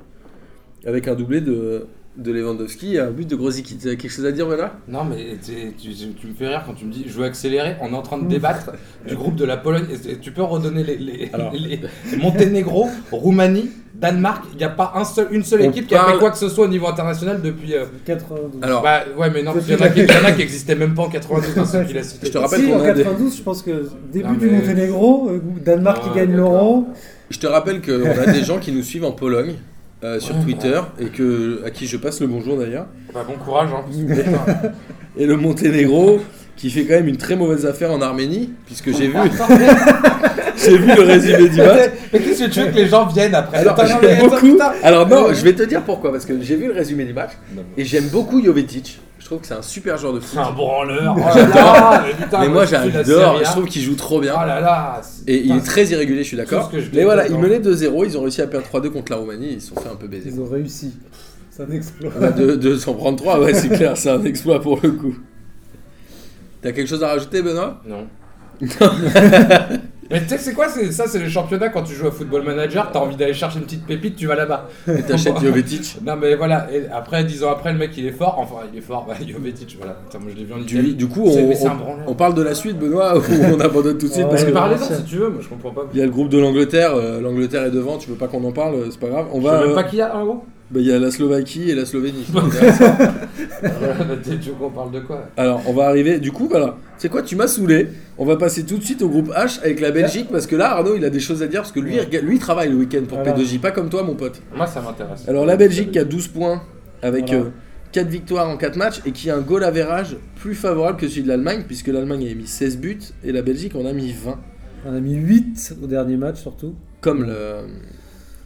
avec un doublé de, de Lewandowski et un but de Grozicki. Tu as quelque chose à dire, Bernard Non, mais t'es- tu, tu me fais rire quand tu me dis je veux accélérer, on est en train de débattre du groupe de la Pologne. Et tu peux redonner les, les, Alors. les- Monténégro, Roumanie, Danemark, il n'y a pas un seul, une seule On équipe qui a parle- fait quoi que ce soit au niveau international depuis. euh, 92. Alors, bah ouais, mais non, il y, en a qui- il y en a qui existaient même pas en 92, hein, ceux qui l'a cité. Je te rappelle si, qu'on en a des- 92, je pense que début Non, du mais- Monténégro, euh, Danemark qui Ouais, gagne d'accord. l'euro. Je te rappelle qu'on a des gens qui nous suivent en Pologne. euh, sur Twitter et que à qui je passe le bonjour d'ailleurs Bah, bon courage, hein. parce que, putain. et le Monténégro qui fait quand même une très mauvaise affaire en Arménie puisque j'ai vu j'ai vu le résumé du match. mais qu'est-ce que tu veux que les gens viennent après Alors, Putain, non, j'aime mais attends, beaucoup. putain. Euh, Alors non, je vais te dire pourquoi parce que j'ai vu le résumé du match Non, et j'aime beaucoup Jovetic. Je trouve que c'est un super joueur de C'est foot. un branleur. Oh là là, mais putain, Mais moi je suis la j'adore, Serie A. je trouve qu'il joue trop Oh bien. là là. Et il putain, est très irrégulier, je suis d'accord. Tout ce que je Mais voilà, ils déteste, menaient 2-0, ils ont réussi à perdre 3-2 contre la Roumanie, ils se sont fait un peu baiser. Ils ont réussi. C'est un exploit. Ouais, de, de s'en prendre 3, ouais, c'est clair, c'est un exploit pour le coup. T'as quelque chose à rajouter, Benoît Non. Mais tu sais, c'est quoi c'est- Ça, c'est le championnat quand tu joues à Football Manager, t'as envie d'aller chercher une petite pépite, tu vas là-bas. Et t'achètes Jovetic Non, mais voilà, et après, 10 ans après, le mec il est fort, enfin il est fort, bah, Jovetic, voilà. Putain, moi je l'ai vu en du, Italie. du coup, on, C'est- mais c'est un on- branleur. on parle de la suite, Benoît, ou on abandonne tout de suite Ouais. parce que Mais euh, parlez-en c'est- si tu veux, moi je comprends pas. il y a le groupe de l'Angleterre, euh, l'angleterre est devant, tu veux pas qu'on en parle, c'est pas grave. On Je sais va, même euh, pas qui y a en gros Bah, il y a la Slovaquie et la Slovénie. T'es tu veux qu'on parle de quoi Alors, on va arriver. Du coup, voilà. C'est quoi Tu m'as saoulé. On va passer tout de suite au groupe H avec la Belgique parce que là, Arnaud, il a des choses à dire parce que lui, il rega- lui il travaille le week-end pour Voilà. P2J, pas comme toi, mon pote. Moi, ça m'intéresse. Alors, la Belgique qui a 12 points avec Voilà. 4 victoires en 4 matchs et qui a un goal average plus favorable que celui de l'Allemagne puisque l'Allemagne avait mis 16 buts et la Belgique en a mis 20. On a mis 8 au dernier match, surtout. Comme le.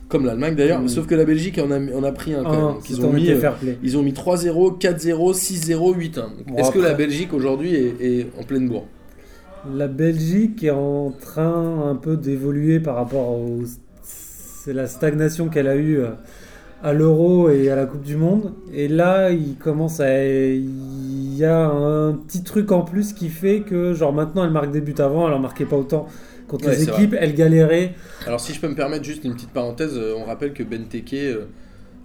Comme l'Allemagne d'ailleurs, Mm. sauf que la Belgique en a, en a pris un quand même. Ah, Donc, qui ils ont ont mis, été euh, fair play. Ils ont mis 3-0, 4-0, 6-0, 8-1. Bon, Est-ce que après- la Belgique aujourd'hui est, est en pleine bourre La Belgique est en train un peu d'évoluer par rapport au. C'est la stagnation qu'elle a eue euh, à l'Euro et à la Coupe du Monde. Et là, il commence à. Il y a un petit truc en plus qui fait que, genre, maintenant, elle marque des buts avant, elle en marquait pas autant. Contre Ouais, les c'est vrai. équipes, elle galérait. Alors si je peux me permettre juste une petite parenthèse, euh, on rappelle que Benteke euh,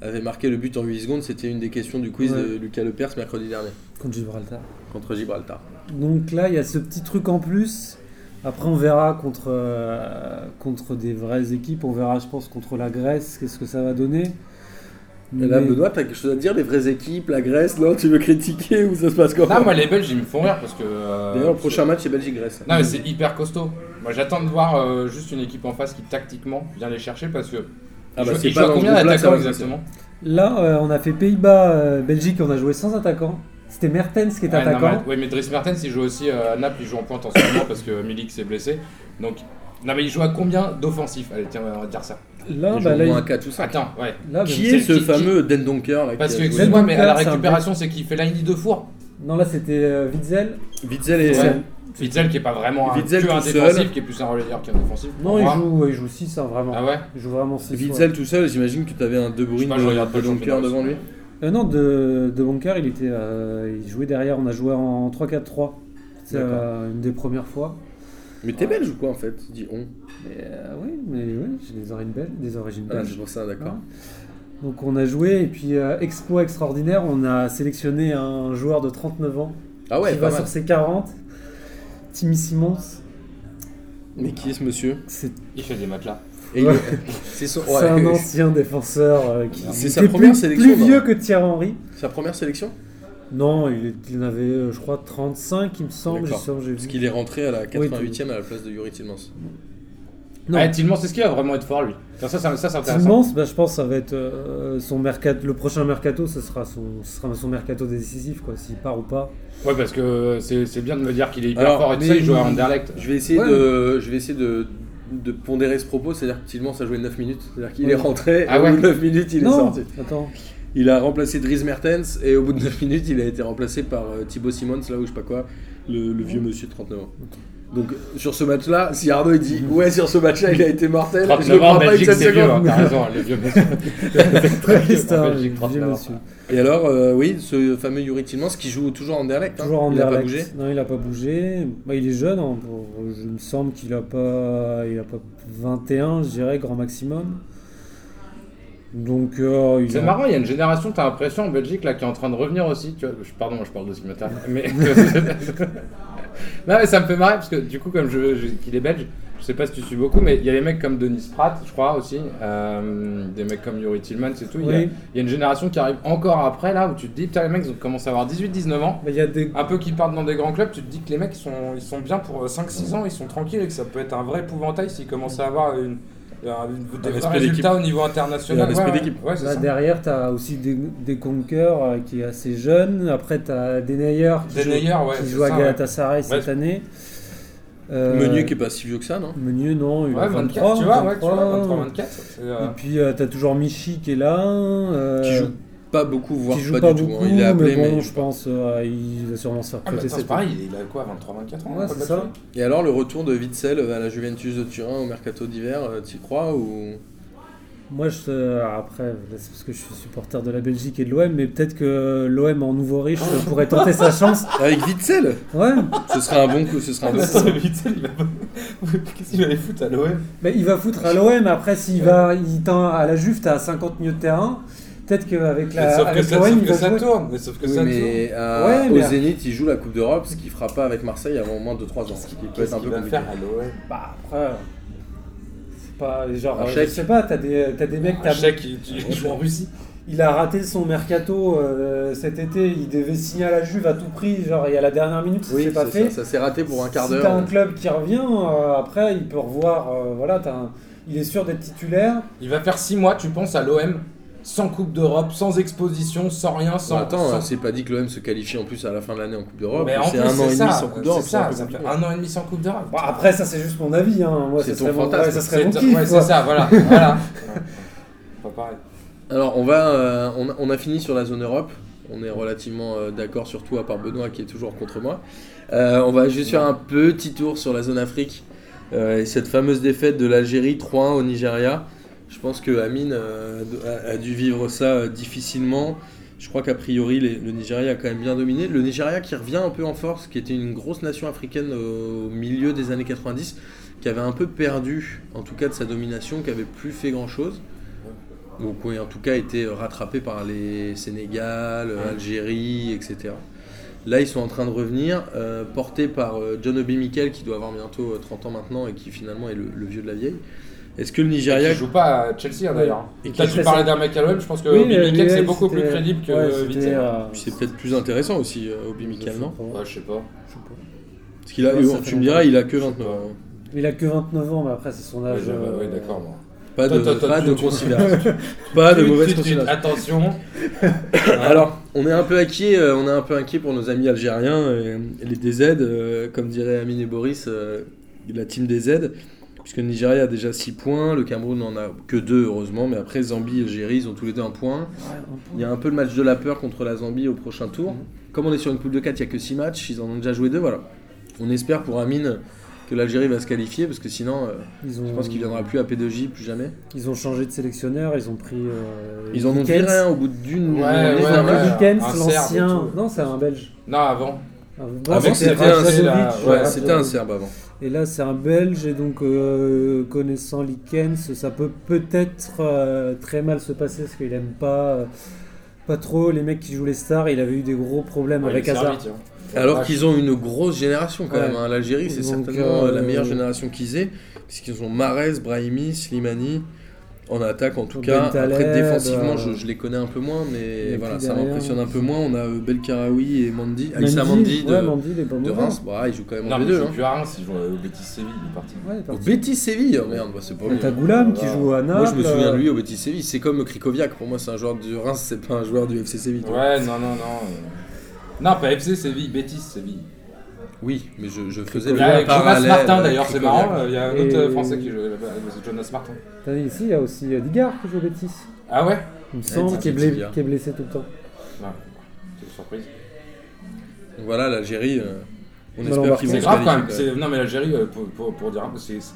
avait marqué le but en 8 secondes, c'était une des questions du quiz Ouais. de Lucas Lepers mercredi dernier Contre Gibraltar. contre Gibraltar. Donc là, il y a ce petit truc en plus. Après, on verra contre, euh, contre des vraies équipes. On verra, je pense, contre la Grèce, qu'est-ce que ça va donner. Et là Mais- Eh ben, Benoît, t'as quelque chose à dire Les vraies équipes, la Grèce, non Tu veux critiquer ou ça se passe comment Non, moi, les Belges, ils me font rire parce que. euh, D'ailleurs le prochain match c'est Belgique-Grèce. Non, mais c'est hyper costaud. Moi, j'attends de voir euh, juste une équipe en face qui, tactiquement, vient les chercher parce que. Ah bah, Ils jouent- c'est ils pas jouent à dans hein. ce combien groupe-là que ça d'attaquants va se passer. exactement Là, euh, on a fait Pays-Bas, euh, Belgique, on a joué sans attaquant. C'était Mertens qui était Ouais, non, attaquant. mais- ouais, mais Dries Mertens, il joue aussi euh, à Naples, il joue en pointe en ce moment parce que Milik s'est blessé. Donc, non, mais il joue à combien d'offensifs Allez, tiens, on va dire ça. Là, Ils bah, jouent là, au moins il- un 4 ou 5. Attends, ouais. là, Qui bah, est C'est- ce qui- qui- fameux Den Donker là, Parce que, qui a joué excuse-moi, mais à la Dunker, c'est un récupération, c'est qu'il fait Fellaini deux fois. non, là, c'était euh, Witzel. Witzel et... Ouais. Witzel, qui est pas vraiment un, Witzel que un tout défensif, seul. qui est plus un relayeur qu'un défensif. pour Non, il moi. joue, ouais, il joue 6, hein, vraiment. Ah ouais Il joue vraiment 6. Witzel tout seul, j'imagine que t'avais un De Bruyne, Je sais pas, je regarde pas De le championnat Donker devant lui. Euh, non, de, de Bonker, il, était, euh, il jouait derrière. On a joué en 3-4-3. C'est D'accord. euh, une des premières fois. Mais t'es belge ou quoi en fait Dis on. Et, euh, oui, mais oui, j'ai des origines belges. Des origines Ah, belges. c'est pour ça, d'accord. Donc on a joué et puis euh, exploit extraordinaire, on a sélectionné un joueur de 39 ans Ah ouais, qui pas va mal. sur ses 40, Timmy Simons. Mais qui est ce monsieur C'est Il fait des matchs là. Et il- Ouais. C'est son- c'est ouais, un ancien défenseur euh, qui C'est était sa première plus, sélection, plus non vieux que Thierry Henry. Sa première sélection Non, il, est- il en avait euh, je crois 35 il me semble, D'accord. je sens, j'ai Parce vu. qu'il est rentré à la 88 e 88e à la place de Yuri Tillmans. Non. Ouais, Tillmans, Ah, c'est ce qu'il va vraiment être fort lui. Ça, ça, ça, ça, c'est intéressant. Timons, bah, je pense que ça va être euh, son mercato, le prochain mercato, ce sera son, ce sera son mercato décisif quoi, s'il part ou pas. Ouais, parce que euh, c'est c'est bien de me dire qu'il est hyper Alors, fort et tout mais- ça, il joue à Anderlecht. Je vais essayer, Ouais. de... Je vais essayer de... de pondérer ce propos, c'est-à-dire que Tillmans a joué 9 minutes. C'est-à-dire qu'il Ouais. est rentré, Ah et au ouais. bout de 9 minutes, il est non, sorti. attends. Il a remplacé Dries Mertens, et au bout de 9 minutes, il a été remplacé par euh, Thibaut Simons, là où je sais pas quoi, le, le vieux monsieur de 39 ans. Donc sur ce match-là, si Arnaud il dit ouais sur ce match-là il a été mortel, je le 39 ans, crois pas une Belgique, seule c'est vieux, hein, seconde. t'as raison, les vieux messieurs. Triste, hein, En Belgique, vieux 39 ans. monsieur. Et alors euh, oui, ce fameux Yuri Tillmans qui joue toujours en derlect, Toujours en il a pas Anderlecht. bougé. Non, il a pas bougé. Bah, il est jeune. hein, pour- Je me semble qu'il a pas, il a pas 21, je dirais, grand maximum. Donc, euh, il C'est a- marrant, il y a une génération, t'as l'impression en Belgique là qui est en train de revenir aussi. Tu vois, je, pardon, je parle de ce qui m'intéresse, mais non, mais ça me fait marrer parce que du coup, comme je, je- qu'il est belge, je sais pas si tu suis beaucoup, mais il y a des mecs comme Denis Pratt, je crois aussi, euh, des mecs comme Yuri Tillman, c'est tout. Il y a- Oui. il y, a une génération qui arrive encore après là où tu te dis, putain, les mecs ils ont commencé à avoir 18-19 ans. Bah, il y a des. Un peu qui partent dans des grands clubs, tu te dis que les mecs ils sont, ils sont bien pour euh, 5-6 ans, ils sont tranquilles et que ça peut être un vrai épouvantail s'ils commencent à avoir une, un- une- des vrais esprit d'équipe. résultats au niveau Et un international. Ouais, esprit ouais. d'équipe. Ouais, c'est Là, ça. bah, derrière, tu as aussi des, des Conker, euh, qui est assez jeune. Après, tu as Denayer qui Denayer, joue, ouais, qui c'est joue à ça, ouais. Galatasaray cette c'est- année. Euh, Meunier qui est pas si vieux que ça, non Meunier, non, il a Ouais, 23, 24, tu vois, ouais, tu 23. vois, 23, 24. c'est, euh, Et puis, tu as toujours Michi qui est là. euh, Qui joue pas beaucoup, voire qui joue pas, pas, du beaucoup, tout. hein. Il est appelé, mais mais, bon, je pense euh, il va sûrement se faire Ah, mais prêter attends, c'est cette pareil, il a quoi, 23, 24 ans Ouais, Paul c'est ça. Bachelet Et alors, le retour de Witzel à la Juventus de Turin au mercato d'hiver, euh, t'y crois ou Moi, je, euh, après, là, c'est parce que je suis supporter de la Belgique et de l'OM, mais peut-être que l'OM en nouveau riche euh, pourrait tenter sa chance. Avec Witzel Ouais, Ce serait un bon coup, ce serait un bon coup. Attends, Vittel, il va- Qu'est-ce qu'il allait foutre à l'OM mais il va foutre à l'OM. Après, s'il va, il tend à la Juve, t'as 50 milieux de terrain. Peut-être qu'avec la. Sauf que avec ça, l'OM, sauf il que va ça jouer. tourne, mais sauf que Oui, ça tourne. mais euh, Ouais, mais- au Zénith, il joue la Coupe d'Europe, ce qu'il fera pas avec Marseille avant au moins 2-3 ans. Ce qui peut être Qu'est-ce un peu qu'il va compliqué. faire à l'OM Bah, après, c'est pas genre. Un euh, chèque. Je sais pas, t'as des, t'as des mecs. Un T'as, chèque, il il joue en Russie. il a raté son mercato euh, cet été. Il devait signer à la Juve à tout prix. Genre, et à la dernière minute, ça s'est pas c'est fait. Ça, ça s'est raté pour un quart Si t'as d'heure. un club qui revient, euh, après, il peut revoir. euh, voilà, t'as un- il est sûr d'être titulaire. Il va faire 6 mois, tu penses, à l'OM, sans Coupe d'Europe, sans exposition, sans rien, sans. Sans attends, sans- hein, c'est pas dit que l'OM se qualifie en plus à la fin de l'année en Coupe d'Europe. Mais en C'est plus, un an c'est et ça, demi sans Coupe d'Europe. c'est c'est un ça, peu ça fait compliqué. un an et demi sans Coupe d'Europe. Bon, après, ça, c'est juste mon avis. Hein. Moi, C'est ça ton serait mon- fantasme. ouais, ça serait mon C'est- kiff, ouais, quoi. c'est ça, voilà. voilà. Pas pareil. Alors on va, euh, on, a- on a fini sur la zone Europe. On est relativement euh, d'accord, surtout à part Benoît qui est toujours contre moi. Euh, on va juste faire un petit tour sur la zone Afrique Euh, et cette fameuse défaite de l'Algérie 3-1 au Nigeria. Je pense que Amine euh, a, a dû vivre ça euh, difficilement. Je crois qu'a priori les- le Nigeria a quand même bien dominé. Le Nigeria qui revient un peu en force, qui était une grosse nation africaine au milieu des années 90, qui avait un peu perdu, en tout cas de sa domination, qui avait plus fait grand chose. Donc oui, en tout cas, été rattrapé par les Sénégal, euh, Algérie, etc. Là, ils sont en train de revenir, euh, portés par euh, John Obi Mikel, qui doit avoir bientôt euh, 30 ans maintenant et qui finalement est le, le vieux de la vieille. Est-ce que le Nigeria. Il joue pas à Chelsea hein, d'ailleurs. Et T'as qui dû fait parler ça d'un mec à l'OM, je pense que Oui, Obi mais Mikel, Euh, c'est Lionel, beaucoup plus c'était- crédible que ouais, euh, c'était, Vitel. euh, Puis C'est peut-être plus intéressant aussi, euh, Obi Mikel, non Je sais Ouais, je sais pas. pas, je sais pas. Parce qu'il a, Ouais, ça fait tu me diras, il a que 29 pas. ans. Il a que 29 ans, mais après, c'est son Ouais, âge. je- euh, ouais, d'accord, moi. Pas de, Toi, toi, toi, pas tu- de tu- considération. pas de Tout de mauvaise suite, considération. Attention. Alors, on est un peu inquiet, euh, on est un peu inquiet pour nos amis algériens, euh, les DZ, euh, comme dirait Amine et Boris, euh, la team DZ, puisque le Nigeria a déjà 6 points, le Cameroun n'en a que 2 heureusement, mais après Zambie et Algérie, ils ont tous les deux un point. ouais, un peu. Il y a un peu le match de la peur contre la Zambie au prochain tour. Comme on est sur une poule de 4, il n'y a que 6 matchs, ils en ont déjà joué 2, voilà. On espère pour Amine que l'Algérie va se qualifier, parce que sinon, euh, Ils ont, je pense qu'il viendra plus à P2J, plus jamais. Ils ont changé de sélectionneur, ils ont pris. euh, Ils en ont Dickens. viré hein. un au bout d'une... Ouais, journée, ouais, Ils ont un pris match. Dickens, un Serbe et l'ancien. tout. Non, c'est un Belge. Non, avant. Un- Ah, c'est mec, c'était un- Rajadovic, c'est la- Ouais, Ouais, c'était un Serbe avant. Et là, c'est un Belge, et donc euh, connaissant Likens, ça peut peut-être euh, très mal se passer parce qu'il aime pas, euh, pas trop les mecs qui jouent les stars. Il avait eu des gros problèmes Ouais, avec il est servi, Hazard. tiens. Alors Vache. qu'ils ont une grosse génération quand Ouais. même. hein. L'Algérie, c'est Donc, certainement euh, la euh, meilleure génération qu'ils aient, puisqu'ils ont Marez, Brahimi, Slimani en attaque en tout Ben cas. Après, Taleb, défensivement, euh, je, je les connais un peu moins, et mais puis voilà, ça derrière, m'impressionne un peu moins. On a euh, Belkaraoui et Mandi, Mendy, Aïssa Mandi de, ouais, Mendy, il est pas de mauvais. Reims. Bah, ils jouent quand même Non, en mais il B2. joue hein. plus à Reims, il joue au Betis Séville, il est parti. Ouais, il est Au parti. Betis Séville, oh, merde, bah, c'est pas bien. T'as Goulam qui joue à Naples. Moi, je me souviens de euh, lui au Betis Séville. C'est comme Krikoviak. Pour moi, c'est un joueur du Reims, c'est pas un joueur du FC Séville. tu vois. Ouais, non, non, non. euh. Non, pas FC Séville, Betis Séville. Oui, mais je, je faisais Il le y a Jonas parallèle Martin avec d'ailleurs, c'est Krikoviak. marrant. euh, Il y a un Et- autre euh, français qui joue là-bas, euh, c'est Jonas Martin. T'as vu, ici, il y a aussi euh, Digard qui joue au Betis. Ah ouais Eh, Il me semble, qui est, Digard. blé- qui est blessé tout le temps. Non, c'est une surprise. Donc Voilà, l'Algérie, euh, on Mal espère embarqué. qu'ils vont C'est se grave quand même. qualifier, c'est- Non, mais l'Algérie, euh, pour, pour, pour dire un peu, c'est- c'est-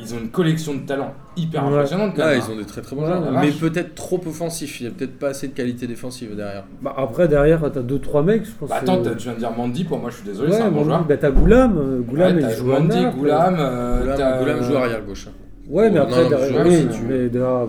ils ont une collection de talents hyper Ouais. impressionnante quand Là, même. hein. ils ont des très très bons Ouais, joueurs, la mais vache. peut-être trop offensifs. Il n'y a peut-être pas assez de qualité défensive derrière. Bah, après, derrière, t'as 2-3 mecs, je pense. Bah, attends, euh, t'as- tu viens de dire Mandy, pour moi je suis désolé, ouais, c'est un bon Mendy, joueur. bah, t'as Goulam. euh, Goulam, Ouais, il t'as joue à Mandy, Naples. Goulam, euh, Goulam, t'as- Goulam joue arrière gauche. hein. Ouais, mais Non, après, non, mais derrière, je- oui, je- tu mets derrière-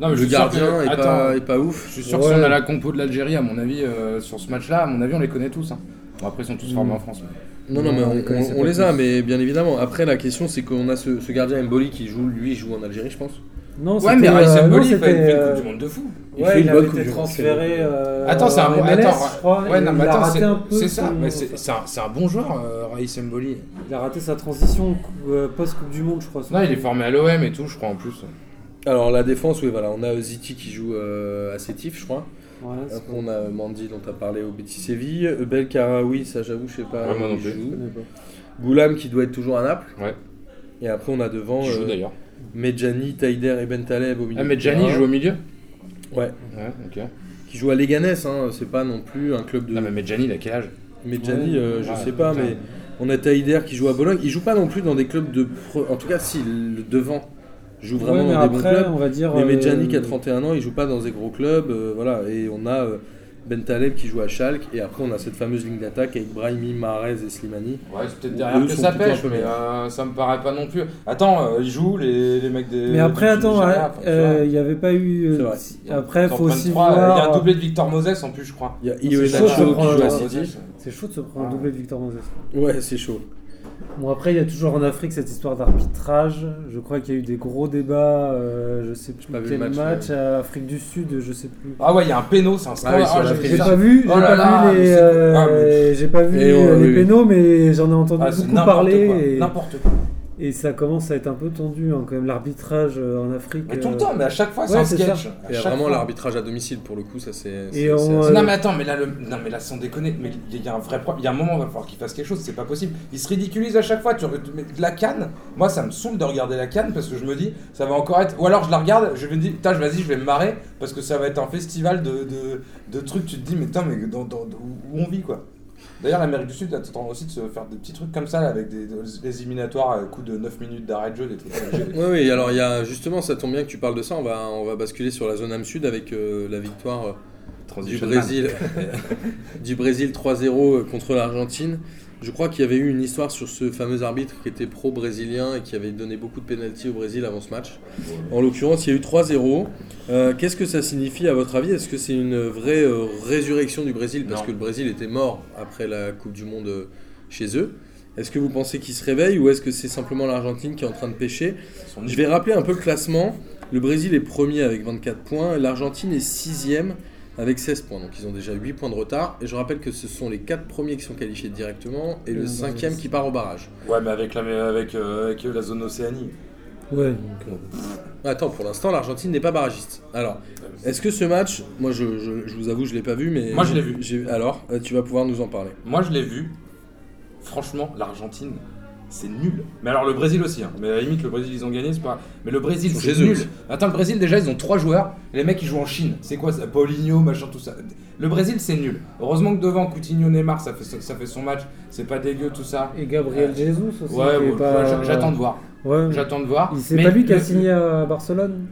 Non, mais je Le suis sûr gardien que- est, attends, pas, est pas ouf. Je suis sûr Ouais. que si on a la compo de l'Algérie, à mon avis, euh, sur ce match-là, à mon avis, on les connaît tous. hein. Bon, après, ils sont tous Mm. formés en France. mais- Non, non, mais Non, on, on les connaissait on- pas on les a, tous. mais bien évidemment. Après, la question, c'est qu'on a ce, ce gardien Mboli qui joue, lui, il joue en Algérie, je pense. Non, Ouais, c'était, mais Rice euh, non, Mboli, il fait c'était, il fait une euh, Coupe du Monde de fou. Il ouais, fait une il bonne avait Coupe été du Monde, c'est transféré. vrai. euh, Attends, c'est un en bon. MLS, attends, je crois. ouais, et non, il mais a attends, raté c'est- un peu c'est ça. son- mais c'est c'est un, c'est un bon joueur, euh, Raïs Mboli. Il a raté sa transition cou- euh, post-Coupe du Monde, je crois. Non, il est formé à l'OM et tout, je crois en plus. Alors, la défense, oui, voilà. On a Ziti qui joue euh, à Sétif, je crois. Ouais, c'est Après, pas- on a Mandy dont t'as parlé au Betis Séville. Belkaraoui, ça, j'avoue, je sais pas. Ouais, moi où non il plus. joue. je connais pas. Goulam qui doit être toujours à Naples. Ouais. Et après, on a devant Il joue euh, d'ailleurs. Medjani, Taider et Bentaleb au milieu. Ah, mais de Gianni terrain. joue au milieu Ouais, Ouais, ok. qui joue à Leganés, hein, c'est pas non plus un club de. Non, mais Medjani, il a quel âge Medjani, euh, je Ah, Ouais, sais pas, putain. mais on a Taider qui joue à Bologne. Il joue pas non plus dans des clubs de. pre- En tout cas, si le devant joue vraiment Ouais, mais dans des bons après, clubs. on va dire. Mais euh, Medjani qui a 31 ans, il joue pas dans des gros clubs, euh, voilà. Et on a euh, Bentaleb qui joue à Schalke, et après on a cette fameuse ligne d'attaque avec Brahimi, Marez et Slimani. Ouais, c'est peut-être derrière derrière Eux que que sont ça ça plutôt pêche, pêche, un peu mais euh, mais, ça me paraît pas non plus. Attends, euh, ils jouent, les, mecs des. Mais après, attends, ouais, euh, il n'y avait pas eu. euh, C'est vrai. si- Après, faut aussi voir. euh, Il y a un doublé de Victor Moses en plus, je crois. Il y a C'est Ionesco chaud, qui prendre joue à un- City. C'est chaud euh, de se prendre un Ah. doublé de Victor Moses. Ouais, c'est chaud. Bon, après, il y a toujours en Afrique cette histoire d'arbitrage. Je crois qu'il y a eu des gros débats. euh, je sais plus pas vu quel le match, match, euh, Afrique du Sud, je sais plus. Ah ouais, il y a un péno, c'est un scandale. oui, sur Ah, j'ai- l'Afrique j'ai du J'ai ça. pas vu, j'ai Oh là pas, là, vu mais les, c'est- euh, ah, mais- j'ai pas vu Et on- euh, les oui, oui. pénaux, mais j'en ai entendu Ah, c'est beaucoup n'importe parler. quoi, et- N'importe quoi. Et, ça commence à être un peu tendu hein, quand même l'arbitrage euh, en Afrique. Mais tout euh, le temps, mais à chaque fois, c'est ouais, un c'est sketch. À Il y a chaque vraiment fois. l'arbitrage à domicile pour le coup, ça c'est. Et c'est- on, c'est euh, assez- Non mais attends, mais là, le... non, mais là sans déconner, mais il y a- il y a un vrai problème, il y a un moment il va falloir qu'il fasse quelque chose, c'est pas possible. Il se ridiculise à chaque fois, tu... mais de la canne, moi ça me saoule de regarder la canne parce que je me dis, ça va encore être... Ou alors je la regarde, je me dis, putain vas-y je vais me marrer parce que ça va être un festival de, de... de trucs, tu te dis, mais putain mais dans... dans- dans- où on vit quoi D'ailleurs l'Amérique du Sud a tendance aussi de se faire des petits trucs comme ça là, avec des, des éliminatoires à coup de 9 minutes d'arrêt de jeu, des trucs comme ça. Oui, oui, alors il y a justement, ça tombe bien que tu parles de ça. On va, on va basculer sur la zone âme sud avec euh, la victoire euh, du Transition Brésil, du Brésil 3-0 contre l'Argentine. Je crois qu'il y avait eu une histoire sur ce fameux arbitre qui était pro-brésilien et qui avait donné beaucoup de pénalties au Brésil avant ce match. En l'occurrence, il y a eu 3-0. Euh, Qu'est-ce que ça signifie à votre avis Est-ce que c'est une vraie euh, résurrection du Brésil Parce Non. que le Brésil était mort après la Coupe du Monde euh, chez eux. Est-ce que vous pensez qu'ils se réveillent ou est-ce que c'est simplement l'Argentine qui est en train de pêcher man. Son- je vais rappeler un peu le classement. Le Brésil est premier avec 24 points, l'Argentine est sixième avec 16 points. Donc ils ont déjà 8 points de retard. Et je rappelle que ce sont les 4 premiers qui sont qualifiés directement et Ouais, le cinquième ouais. qui part au barrage. Ouais mais avec la, avec, euh, avec la zone Océanie. Ouais, donc, euh, Attends, pour l'instant l'Argentine n'est pas barragiste. Alors, est-ce que ce match, moi je, je- je vous avoue je l'ai pas vu, mais... Moi, je l'ai vu. J'ai- Alors, euh, tu vas pouvoir nous en parler. Moi, je l'ai vu. Franchement, l'Argentine, c'est nul. Mais alors, le Brésil aussi. hein. Mais à la limite, le Brésil, ils ont gagné, c'est pas. Mais le Brésil, Ils sont c'est chez eux nul. aussi. Attends, le Brésil, déjà, ils ont trois joueurs. Les mecs, ils jouent en Chine. C'est quoi ça Paulinho, machin, tout ça. Le Brésil, c'est nul. Heureusement que devant, Coutinho, Neymar, ça fait, ça fait son match. C'est pas dégueu, tout ça. Et Gabriel Jesus aussi. Ouais, qui est bon, pas- j'a- j'attends de voir. Ouais. J'attends de voir. Il- C'est Mais pas lui qui a le- signé à Barcelone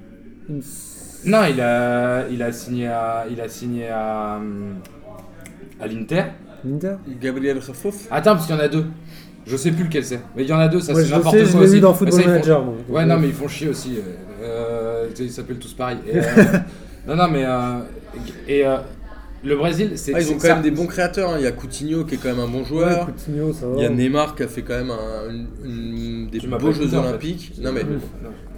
Il me Non, il a, il a signé à, il a signé à, hum, à l'Inter. Inter Gabriel Refouf Attends, parce qu'il y en a deux. Je sais plus lequel c'est. Mais il y en a deux, ça Ouais, c'est je le n'importe sais, quoi. je l'ai aussi. vu dans Mais ça, Football ils font Manager. moi. Ouais, non, mais ils font chier aussi. euh, euh, ils s'appellent tous pareil. Et, euh, non, non, mais. euh, et euh, le Brésil, c'est. Ah, Ils c'est ont quand ça. même des bons créateurs. hein. Il y a Coutinho qui est quand même un bon Ouais, joueur. Coutinho, ça va. Il y a Neymar qui a fait quand même un- une- une- des Tu m'as beaux pas écouté, Jeux en fait. Olympiques. Non mais Non,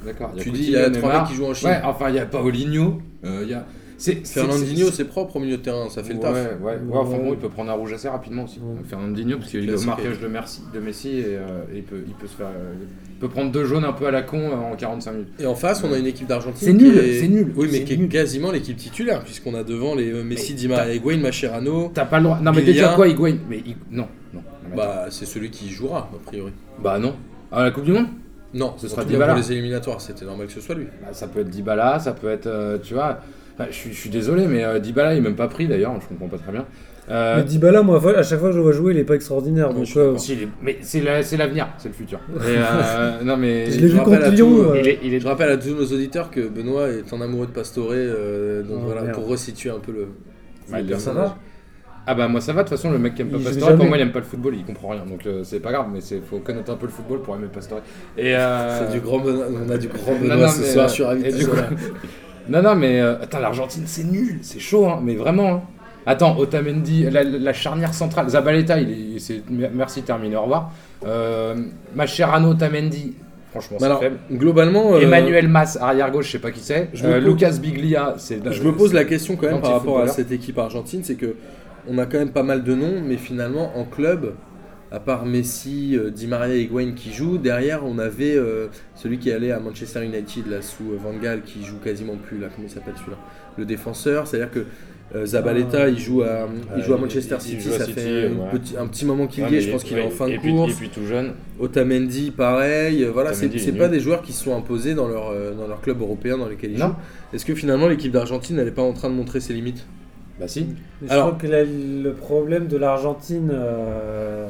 D'accord. tu Coutinho, dis il y a trois Neymar. mecs qui jouent en Chine. Ouais, enfin, il y a Paulinho. euh, Il y a. c'est- c'est- Fernandinho, c'est- c'est propre au milieu de terrain, ça fait ouais, le ouais, taf. ouais, Ouais. enfin bon, il peut prendre un rouge assez rapidement aussi. Ouais. Fernandinho, parce qu'il est au Classique. marquage de, Merci, de Messi et euh, il, peut, il peut se faire. euh, il peut prendre deux jaunes un peu à la con euh, en 45 minutes. Et en face, on a une équipe d'Argentine. C'est qui nul, est- c'est nul, Oui, c'est mais qui est nul. quasiment l'équipe titulaire, puisqu'on a devant les euh, Messi, Di Maria, Higuain, Mascherano. T'as pas le droit. Non, mais Billia. déjà quoi, Higuain Mais il- non, non. non, mais Bah, c'est celui qui jouera, a priori. Bah non. À la Coupe du Monde Non, ce Ce sera sera bien Dybala. pour les éliminatoires, c'était normal que ce soit lui. Bah, Ça peut être Dybala, ça peut être, euh, tu vois. enfin, je, suis, je suis désolé, mais euh, Dybala il est même pas pris d'ailleurs, je comprends pas très bien. Euh, Mais Dybala, moi, à chaque fois que je le vois jouer, il est pas extraordinaire. Non, donc, je suis euh, si, il est- mais c'est la- c'est l'avenir, c'est le futur. Et, euh, non mais je l'ai je vu rappelle contre à Lyon. tout, euh, il est, il est- Je rappelle à tous nos auditeurs que Benoît est un amoureux de Pastore, euh, donc Oh, voilà, merde. pour resituer un peu le, Ah, Ouais, le bien, ça personnage. va. Ah bah moi ça va, de toute façon le mec qui aime pas Il joue Pastore, jamais. pour moi il aime pas le football, il comprend rien, donc euh, c'est pas grave, mais c'est faut connaître un peu le football pour aimer Pastore. Et euh, C'est du grand Benoît- on a du grand Non, Benoît non, ce mais, soir, euh, je suis ravi de et te du coup- voir. Non, non, mais euh, attends, l'Argentine, c'est nul, c'est chaud, hein, mais vraiment. hein. Attends, Otamendi, la, la charnière centrale, Zabaleta, il est, c'est- merci, terminé, au revoir. Euh, Mascherano, Otamendi, franchement, Mais c'est alors, faible. globalement, euh, Emmanuel Mas, arrière gauche, je sais pas qui c'est. je me Euh, pose- Lucas Biglia, c'est. Je me pose la question quand même par rapport à L'anti-footballeur. cette équipe argentine, c'est que on a quand même pas mal de noms, mais finalement en club, à part Messi, euh, Di Maria et Higuain qui jouent, derrière on avait euh, celui qui allait à Manchester United là sous euh, Van Gaal qui joue quasiment plus là, comment il s'appelle celui-là Le défenseur, c'est-à-dire que euh, Zabaleta Ah. il joue à, il Ah, joue à il- Manchester il- il City, joue à ça City, fait une ouais. petit- un petit moment qu'il Ouais, y est, mais je pense qu'il est en ouais, fin de et puis- course. et puis tout jeune. Otamendi, pareil. euh, Voilà, c'est Otamendi, il c'est est pas nul. des joueurs qui se sont imposés dans leur, euh, dans leur club européen dans lesquels ils Non. jouent. Est-ce que finalement l'équipe d'Argentine elle est pas en train de montrer ses limites Bah si. Mais Alors- je crois que la- le problème de l'Argentine, euh,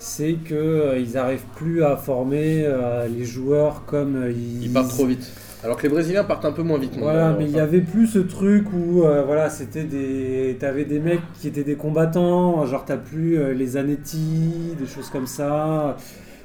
c'est que euh, ils n'arrivent plus à former euh, les joueurs comme euh, ils. Ils partent trop vite. Alors que les Brésiliens partent un peu moins vite. mon Voilà, gars, mais il y enfin. avait plus ce truc où euh, voilà, c'était des, t'avais des mecs qui étaient des combattants, genre t'as plus euh, les Zanetti, des choses comme ça,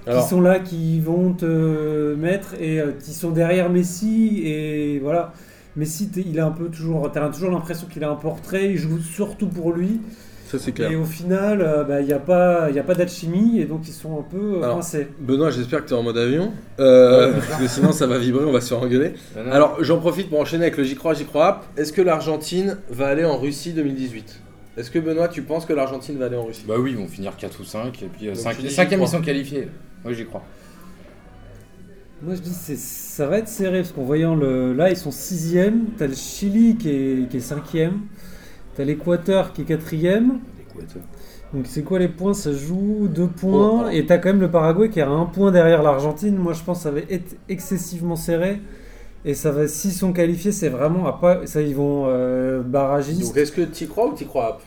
Alors- qui sont là, qui vont te mettre et euh, qui sont derrière Messi et voilà. Messi, t'es- il a un peu toujours, t'as toujours l'impression qu'il a un portrait, il joue surtout pour lui. Ça, c'est Et clair. au final, euh, bah, il n'y a pas, il y a pas d'alchimie et donc ils sont un peu euh, Alors, coincés. Benoît, j'espère que t'es en mode avion. Euh, Ouais, parce que sinon, ça va vibrer, on va se engueuler. Non, non. Alors, j'en profite pour enchaîner avec le J'y crois, J'y crois app. Est-ce que l'Argentine va aller en Russie 2018 Est-ce que Benoît, tu penses que l'Argentine va aller en Russie Bah oui, ils vont finir 4 ou 5. Et euh, puis Donc 5 tu dis, j'y cinquième, ils crois. sont qualifiés. Moi, j'y crois. Moi je dis c'est ça va être serré parce qu'en voyant le là ils sont sixième, t'as le Chili qui est, qui est cinquième, t'as l'Équateur qui est quatrième. Donc c'est quoi les points Ça joue deux Oh, points alors. et t'as quand même le Paraguay qui a un point derrière l'Argentine. Moi je pense que ça va être excessivement serré et ça va s'ils sont qualifiés c'est vraiment à pas ça ils vont euh, barragiste. Donc, est-ce que t'y crois ou t'y crois app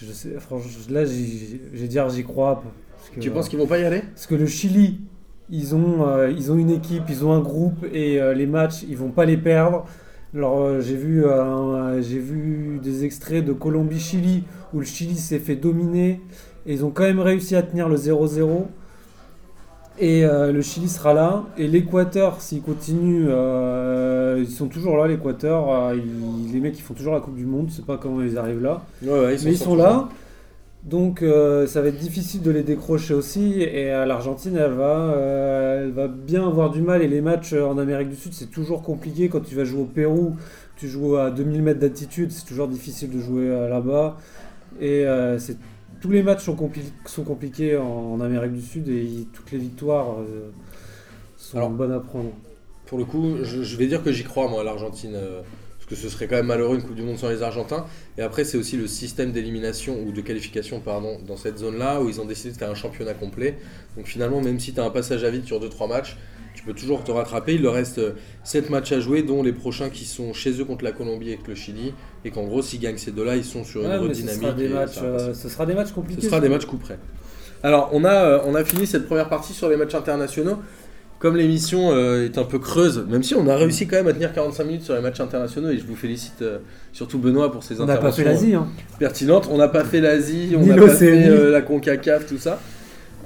Je sais franchement là j'ai j'ai dire j'y crois. Parce que, Tu penses qu'ils vont pas y aller Parce que le Chili, ils ont, euh, ils ont une équipe, ils ont un groupe et euh, les matchs, ils vont pas les perdre. Alors euh, j'ai vu, euh, un- j'ai vu des extraits de Colombie-Chili où le Chili s'est fait dominer et ils ont quand même réussi à tenir le 0-0. Et euh, le Chili sera là. Et l'Équateur, s'ils continuent, euh, ils sont toujours là. L'Équateur, euh, ils- les mecs, ils font toujours la Coupe du Monde. Je sais pas comment ils arrivent là. Ouais, ouais, Mais ils sont sortis. là. Donc euh, ça va être difficile de les décrocher aussi. Et euh, l'Argentine, elle, va, euh, elle va bien avoir du mal. Et les matchs euh, en Amérique du Sud, c'est toujours compliqué. Quand tu vas jouer au Pérou, tu joues à 2000 mètres d'altitude, c'est toujours difficile de jouer euh, là-bas. Et euh, c'est- tous les matchs sont, compli- sont compliqués en, en Amérique du Sud et ils- toutes les victoires euh, sont Alors- bonnes à prendre. Pour le coup, je, je vais dire que j'y crois, moi, à l'Argentine. euh, parce que ce serait quand même malheureux une Coupe du Monde sans les Argentins. Et après, c'est aussi le système d'élimination ou de qualification, pardon, dans cette zone-là, où ils ont décidé de faire un championnat complet. Donc finalement, même si tu as un passage à vide sur 2-3 matchs, tu peux toujours te rattraper. Il leur reste 7 matchs à jouer, dont les prochains qui sont chez eux contre la Colombie et contre le Chili. Et qu'en gros, s'ils gagnent ces deux-là, ils sont sur une Ouais, mais ce, redynamique. sera des et matchs, ça va passer. euh, ce sera des matchs compliqués. Ce sera des matchs coup près. Alors, on a, euh, on a fini cette première partie sur les matchs internationaux. Comme l'émission euh, est un peu creuse, même si on a réussi quand même à tenir 45 minutes sur les matchs internationaux, et je vous félicite euh, surtout Benoît pour ses On n'a pas fait interventions l'Asie. hein. euh, pertinentes. On n'a pas fait l'Asie, on Ni n'a pas l'Océanie. fait euh, la CONCACAF, tout ça.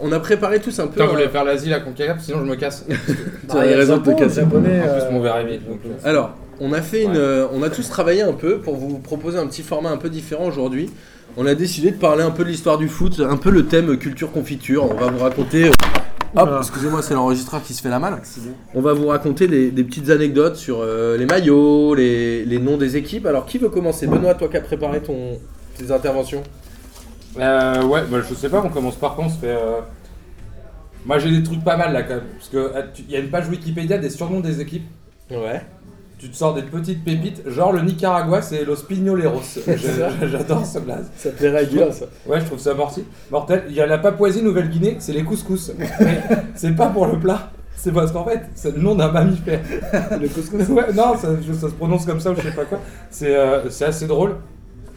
On a préparé tous un peu. euh, Putain, un- vous voulez faire l'Asie, la concacaf, sinon je me casse. Tu Bah, as raison de te casser. En plus, mon verre est vide, donc, euh, Alors, on a fait une, Ouais. euh, on a tous travaillé un peu pour vous proposer un petit format un peu différent aujourd'hui. On a décidé de parler un peu de l'histoire du foot, un peu le thème culture confiture. On va vous raconter. euh, Hop, Oula. excusez-moi, c'est l'enregistreur qui se fait la malle. On va vous raconter des, des petites anecdotes sur euh, les maillots, les, les noms des équipes. Alors, qui veut commencer Benoît, toi qui as préparé ton, tes interventions Euh, ouais, bah, je sais pas, on commence par quoi On se fait. euh, Moi j'ai des trucs pas mal là quand même. Parce qu'il y a une page Wikipédia des surnoms des équipes. Ouais. Tu te sors des petites pépites. Genre le Nicaragua c'est Los Pignoleros. Je- J'adore ce blaze. Ça plairait bien ça. Ouais, je trouve ça morti. Mortel. Il y a la Papouasie Nouvelle-Guinée, c'est les couscous. Mais c'est pas pour le plat. C'est parce qu'en fait, c'est le nom d'un mammifère. Le couscous. Ouais, non, ça, je- ça se prononce comme ça ou je sais pas quoi. C'est euh, c'est assez drôle.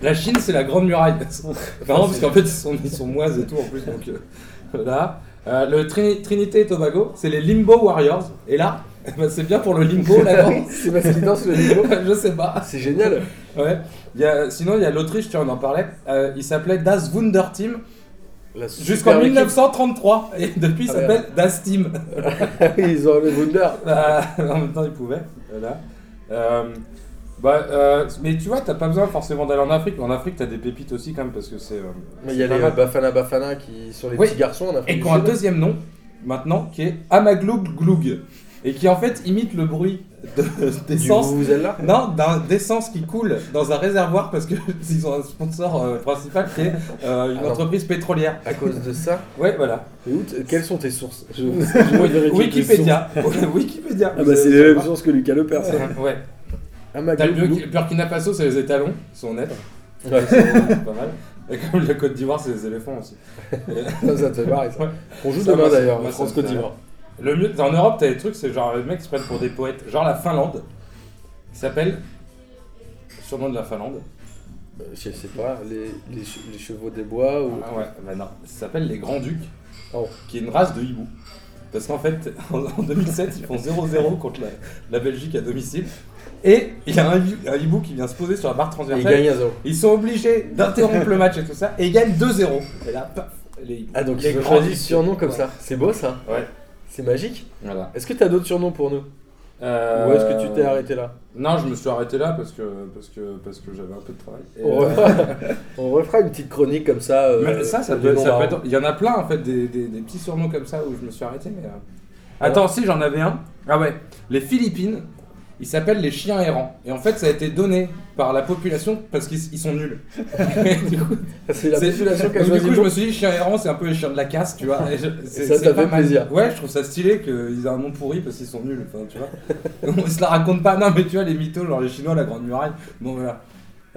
La Chine, c'est la grande muraille. Enfin, non, parce qu'en fait, ils sont, ils sont moises et tout en plus. Donc euh, là, Euh, le Trini- Trinité et Tobago, c'est les Limbo Warriors. Et là, eh ben, c'est bien pour le Limbo la danse. C'est parce qu'il danse le niveau. je sais pas. C'est génial. Ouais. Il y a- sinon, il y a l'Autriche, tu en en parlais. Euh, il s'appelait Das Wunder Team La jusqu'en super équipe. 1933. Et depuis, il Ah, merde. s'appelle Das Team. Ils ont le Wunder. Bah, en même temps, ils pouvaient. Voilà. Euh, bah, euh, mais tu vois, t'as pas besoin forcément d'aller en Afrique. En Afrique, t'as des pépites aussi quand même parce que c'est. euh, Mais Il y a c'est pas les mal. euh, Bafana Bafana qui sont les Oui. petits garçons en Afrique Et du qui ont un Sud. deuxième nom maintenant qui est Amagloug Gloug et qui en fait imite le bruit de- Du d'essence. Vuvuzela. Non, d'un- d'essence qui coule dans un réservoir parce que ils ont un sponsor euh, principal qui est euh, une Alors. entreprise pétrolière. À cause de ça. Ouais, voilà. Mais où t- quelles sont tes sources Je- Wikipédia. Wikipédia. Ah bah c'est les mêmes sources que Lucas Lepers. Euh, Ouais. Ah T'as le Maglouk, Bur- Burkina Faso, c'est les étalons, ils sont honnêtes. Ouais. C'est pas mal. Et comme la Côte d'Ivoire, c'est les éléphants aussi. ça, ça te fait marrer, ça. Ouais. On joue Ça, demain moi, ça- d'ailleurs, moi, ça France me Côte fait d'Ivoire. Le mieux, en Europe, t'as des trucs, c'est genre les mecs qui se prennent pour des poètes. Genre la Finlande, qui s'appelle. Surnom de la Finlande. Euh, Je sais pas, les, les che- les chevaux des bois ou. Ah ouais, bah non. Ça s'appelle les Grands Ducs, Oh. qui est une race de hibou. Parce qu'en fait, en, en 2007, ils font 0-0 contre la, la Belgique à domicile. Et il y a un, hibou- un hibou qui vient se poser sur la barre Et ils transversale. gagnent à zéro. Ils sont obligés d'interrompre le match et tout ça, et ils gagnent 2-0. Et là, paf, les hiboux. Ah donc Les ils ont grands choisi ducs. ce surnom comme Ouais. ça. C'est beau ça Ouais. C'est magique Voilà. Est-ce que t'as d'autres surnoms pour nous Euh, Ou est-ce que tu t'es arrêté là Non, je me suis arrêté là parce que, parce que, parce que j'avais un peu de travail. Et, on, euh, refera, on refera une petite chronique comme ça. euh, mais ça, ça de peut, non ça peut marrant. être- Il y en a plein en fait, des, des- des petits surnoms comme ça où je me suis arrêté. Mais, euh, Attends, si j'en avais un. Ah ouais, les Philippines, ils s'appellent les chiens errants. Et en fait, ça a été donné par la population parce qu'ils ils sont nuls. Et du coup, Ah, C'est la C'est- population qui a Donc, du choisi coup, le je nom. me suis dit, chien errant, c'est un peu les chiens de la casse, tu vois. Et je- c'est- ça c'est t'a pas fait mal. plaisir. Ouais, je trouve ça stylé qu'ils aient un nom pourri parce qu'ils sont nuls, enfin, tu vois. On se la raconte pas, non, mais tu vois, les mythos, genre les Chinois, la Grande Muraille. Bon, voilà.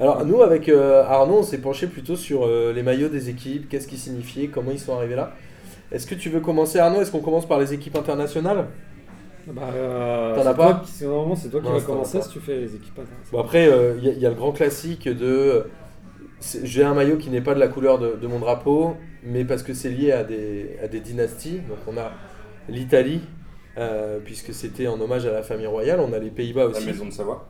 Alors nous avec euh, Arnaud on s'est penché plutôt sur euh, les maillots des équipes, qu'est-ce qu'ils signifiaient, comment ils sont arrivés là. Est-ce que tu veux commencer Arnaud Est-ce qu'on commence par les équipes internationales Bah, euh, T'en as c'est pas toi qui- c'est- Normalement, c'est toi qui Ouais, vas c'est toi, commencer d'accord. si tu fais les équipes internationales. Bon après euh, il y, a- y a le grand classique de euh, c'est- j'ai un maillot qui n'est pas de la couleur de, de mon drapeau mais parce que c'est lié à des, à des dynasties. Donc on a l'Italie euh, puisque c'était en hommage à la famille royale. On a les Pays-Bas La aussi. maison de Savoie.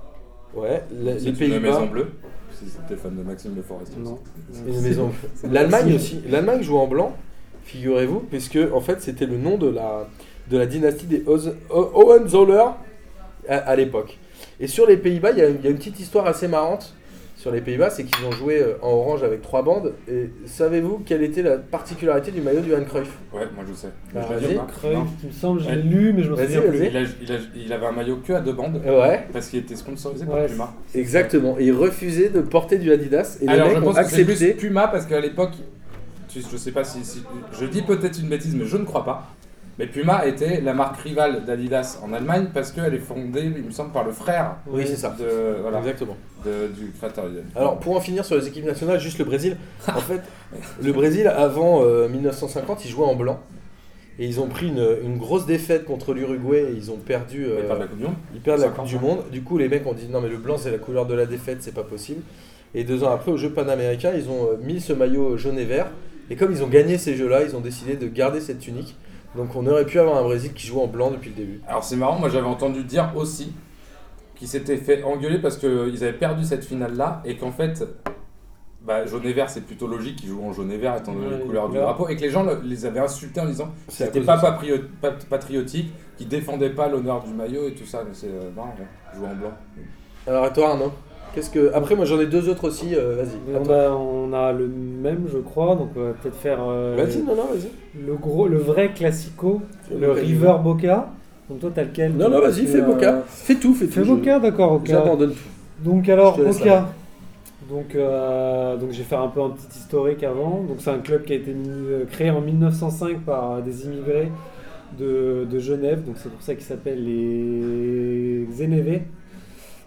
Ouais, la- C'est les une maison Pays-Bas. bleue. Si c'était fan de Maxime Le Forestier. Non. Une maison. L'Allemagne aussi. L'Allemagne joue en blanc, figurez-vous, puisque en fait c'était le nom de la, de la dynastie des Hohen- Ho- Hohenzollern à, à l'époque. Et sur les Pays-Bas, il y, a- il y a une petite histoire assez marrante sur les Pays-Bas, c'est qu'ils ont joué euh, en orange avec trois bandes. Et savez-vous quelle était la particularité du maillot du Johan Cruyff Ouais, moi je sais. Bah, Je l'ai vas-y, dit ou pas Cruyff, Non. il me semble, je l'ai Ouais. lu, mais je m'en Vas-y, souviens plus. vas-y. Il, a- il a- il avait un maillot que à deux bandes Ouais, parce qu'il était sponsorisé par Ouais. Puma. exactement. Et ils refusaient de porter du Adidas. Et les Alors je mecs ont pense que c'est accepté. plus Puma parce qu'à l'époque, tu- je sais pas si, si- je dis peut-être une bêtise, mais je ne crois pas. Mais Puma était la marque rivale d'Adidas en Allemagne parce qu'elle est fondée, il me semble, par le frère Oui, c'est ça. de, voilà, Exactement. de- du créateur. Alors pour en finir sur les équipes nationales, juste le Brésil. En fait, le Brésil avant euh, 1950, il jouait en blanc. Et ils ont pris une, une grosse défaite contre l'Uruguay et ils ont perdu. Il euh, parle de la Coupe du Monde. ils perdent la 50, Coupe du ouais. Monde. Du coup, les mecs ont dit non mais le blanc c'est la couleur de la défaite, c'est pas possible. Et deux ans après, aux Jeux panaméricains, ils ont euh, mis ce maillot jaune et vert. Et comme ils ont gagné ces Jeux-là, ils ont décidé de garder cette tunique. Donc on aurait pu avoir un Brésil qui joue en blanc depuis le début. Alors c'est marrant, moi j'avais entendu dire aussi qu'ils s'étaient fait engueuler parce qu'ils avaient perdu cette finale-là et qu'en fait, bah, jaune et vert c'est plutôt logique, ils jouent en jaune et vert étant donné Ouais, les les couleurs du couleurs. drapeau et que les gens le- les avaient insultés en disant que C'est à c'était cause pas de ça. paprio- pat- patriotique, qu'ils défendaient pas l'honneur du maillot et tout ça, mais c'est euh, marrant, ouais, jouer en blanc. Alors à toi Arnaud, qu'est-ce que après moi j'en ai deux autres aussi. euh, vas-y. On Attends. a, on a le même, je crois, donc on va peut-être faire euh, Vas-y non non vas-y. le gros, le vrai classico, Tu veux le lequel River Boca. Donc toi, t'as lequel Non, non, vas-y, Parce fais que, Boca. euh, Fais tout, fais tout. Fais je- Boca, d'accord, ok. J'abandonne tout. Donc alors, Je te laisse Boca. Donc, euh, donc je vais faire un peu un petit historique avant. Donc c'est un club qui a été mis- euh, créé en 1905 par euh, des immigrés de, de Genève. Donc c'est pour ça qu'ils s'appellent les Xénévés.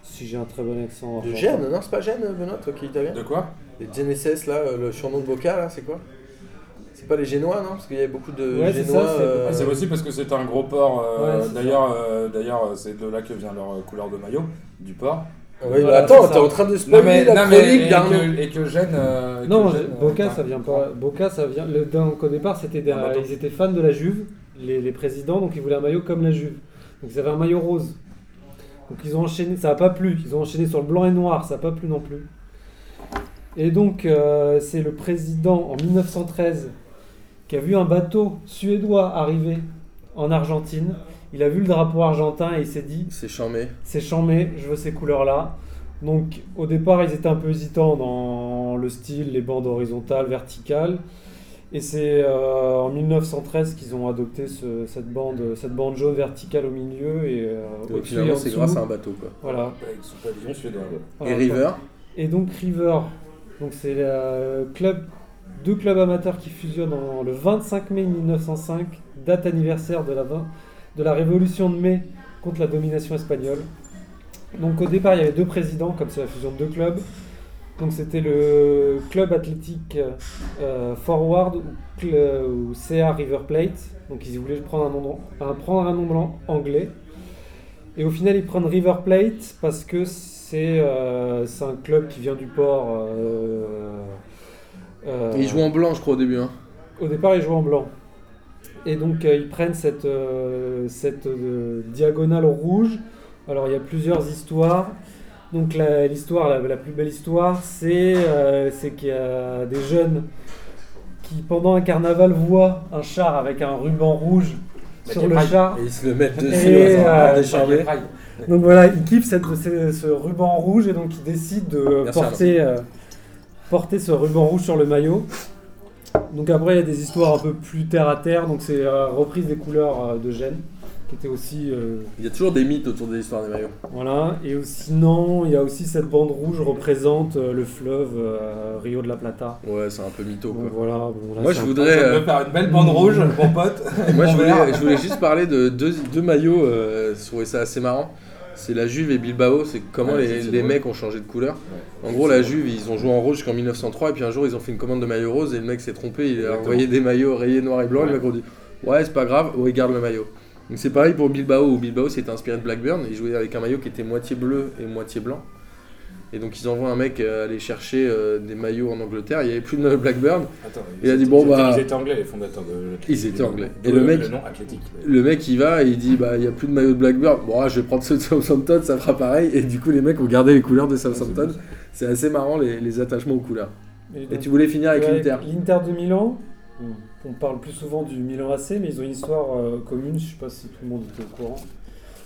Si j'ai un très bon accent. De argentin. Gênes, non, c'est pas Gênes, Benoît, toi qui es italien De quoi Les Genesis, là, euh, le surnom de Boca, là, c'est quoi C'est pas les Génois, non Parce qu'il y avait beaucoup de Ouais, c'est Génois. ça, c'est- euh, Ah, C'est possible parce que c'est un gros port, euh, Ouais, c'est d'ailleurs euh, d'ailleurs, euh, c'est de là que vient leur euh, couleur de maillot, du port. Ah oui, Voilà, mais attends, c'est ça. t'es en train de Non spoiler mais, la non, mais chronique et, d'Arnaud. que, et que Gênes, euh, que Non, Gênes, euh, Boca putain, ça vient pas. Boca ça vient. Le, donc au départ c'était des- Un bateau. ils étaient fans de la Juve, les, les présidents, donc ils voulaient un maillot comme la Juve. Donc ils avaient un maillot rose. Donc ils ont enchaîné, ça a pas plu. Ils ont enchaîné sur le blanc et noir, ça a pas plu non plus. Et donc euh, c'est le président en 1913 qui a vu un bateau suédois arriver en Argentine. Il a vu le drapeau argentin et il s'est dit C'est chambé. c'est chambé, je veux ces couleurs-là. Donc au départ, ils étaient un peu hésitants dans le style, les bandes horizontales, verticales. Et c'est euh, en 1913 qu'ils ont adopté ce- cette, bande, cette bande jaune verticale au milieu et euh, Donc au-dessus et finalement, en c'est dessous. grâce à un bateau, quoi. Voilà. Avec son pavillon suédois. Et Voilà. River, Et donc River, donc c'est le club, deux clubs amateurs qui fusionnent en- le 25 mai 1905, date anniversaire de la, vin- de la révolution de mai contre la domination espagnole. Donc au départ, il y avait deux présidents, comme c'est la fusion de deux clubs. Donc c'était le club athlétique euh, Forward ou, cl- euh, ou CA River Plate. Donc ils voulaient prendre un nom, blanc- un- prendre un nom blanc anglais. Et au final, ils prennent River Plate parce que c'est euh, c'est un club qui vient du port. euh, euh, il joue en blanc, je crois, au début. Hein. au départ, ils jouent en blanc. Et donc, euh, ils prennent cette, euh, cette euh, diagonale rouge. Alors, il y a plusieurs histoires. Donc, la- l'histoire, la, la plus belle histoire, c'est euh, c'est qu'il y a des jeunes qui, pendant un carnaval, voient un char avec un ruban rouge sur le char. Et ils se le mettent dessus. Et, en train de euh, décharger. Donc voilà, il kiffe cette- ce, ce ruban rouge et donc il décide de Merci, porter, euh, porter ce ruban rouge sur le maillot. Donc après, il y a des histoires un peu plus terre à terre, donc c'est euh, reprise des couleurs euh, de Gênes, qui était aussi. euh, Il y a toujours des mythes autour des histoires des maillots. voilà, et aussi, non, il y a aussi cette bande rouge représente euh, le fleuve euh, Rio de la Plata. Ouais, c'est un peu mytho Donc quoi. voilà, bon, là, Moi c'est je un- voudrais. euh, faire une belle bande rouge, mon pote. Moi, je Mon voulais, verre. je voulais juste parler de deux, deux maillots. euh, je trouvais ça assez marrant. C'est la Juve et Bilbao. C'est comment Ouais, les, c'est les drôle. mecs ont changé de couleur. Ouais. En gros, la C'est Juve, ils ont joué en rose jusqu'en 1903. Et puis un jour, ils ont fait une commande de maillot rose. Et le mec s'est trompé. Il a Exactement. envoyé des maillots rayés noir et blanc. Et le Ouais. mec a dit Ouais, c'est pas grave. Ouais, garde le maillot. Donc c'est pareil pour Bilbao. Où Bilbao s'est inspiré de Blackburn. Ils jouaient avec un maillot qui était moitié bleu et moitié blanc. Et donc ils envoient un mec euh, aller chercher euh, des maillots en Angleterre. Il n'y avait plus de Blackburn. Attends, Il a ils dit, étaient- bon, ils étaient- bah- Ils étaient anglais, les fondateurs de. Ils étaient anglais. D'où Et le mec- Le nom athlétique. Le mec il va et il dit bah il y a plus de maillot de Blackburn. Bon ah, je vais prendre ceux de Southampton, ça fera pareil. Et du coup les mecs ont gardé les Ah, couleurs de Southampton. C'est assez marrant les, les attachements aux couleurs. Et donc, tu voulais finir avec Ouais, l'Inter. Hmm. L'Inter de Milan, on parle plus souvent du Milan AC, mais ils ont une histoire euh, commune, je sais pas si tout le monde était au courant.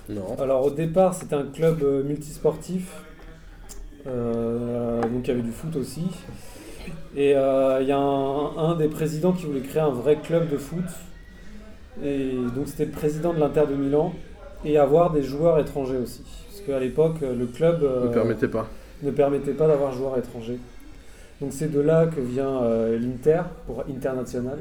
Non. Alors au départ, c'était un club euh, multisportif, euh, donc il y avait du foot aussi. Et euh, il y a un, un des présidents qui voulait créer un vrai club de foot. Et donc c'était le président de l'Inter de Milan et avoir des joueurs étrangers aussi. Parce qu'à l'époque, euh, le club Ne euh, permettez pas. ne permettait pas d'avoir joueurs étrangers. Donc c'est de là que vient euh, l'Inter pour international.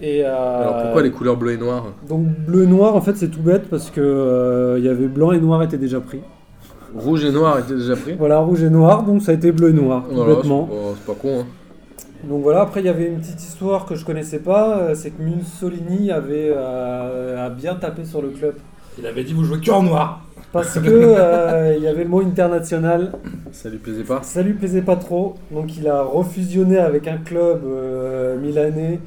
Et, euh, Alors pourquoi les couleurs bleues et noires donc bleu et noir en fait c'est tout bête parce que euh, il y avait blanc et noir étaient déjà pris. Rouge et noir étaient déjà pris. Voilà rouge et noir donc ça a été bleu et noir Voilà, c'est complètement. pas- c'est pas con hein. Donc voilà après il y avait une petite histoire que je connaissais pas euh, c'est que Mussolini avait euh, a bien tapé sur le club Il avait dit, vous jouez que en noir. parce que euh, il y avait le mot international Ça lui plaisait pas. Ça lui plaisait pas trop, donc il a refusionné avec un club euh, milanais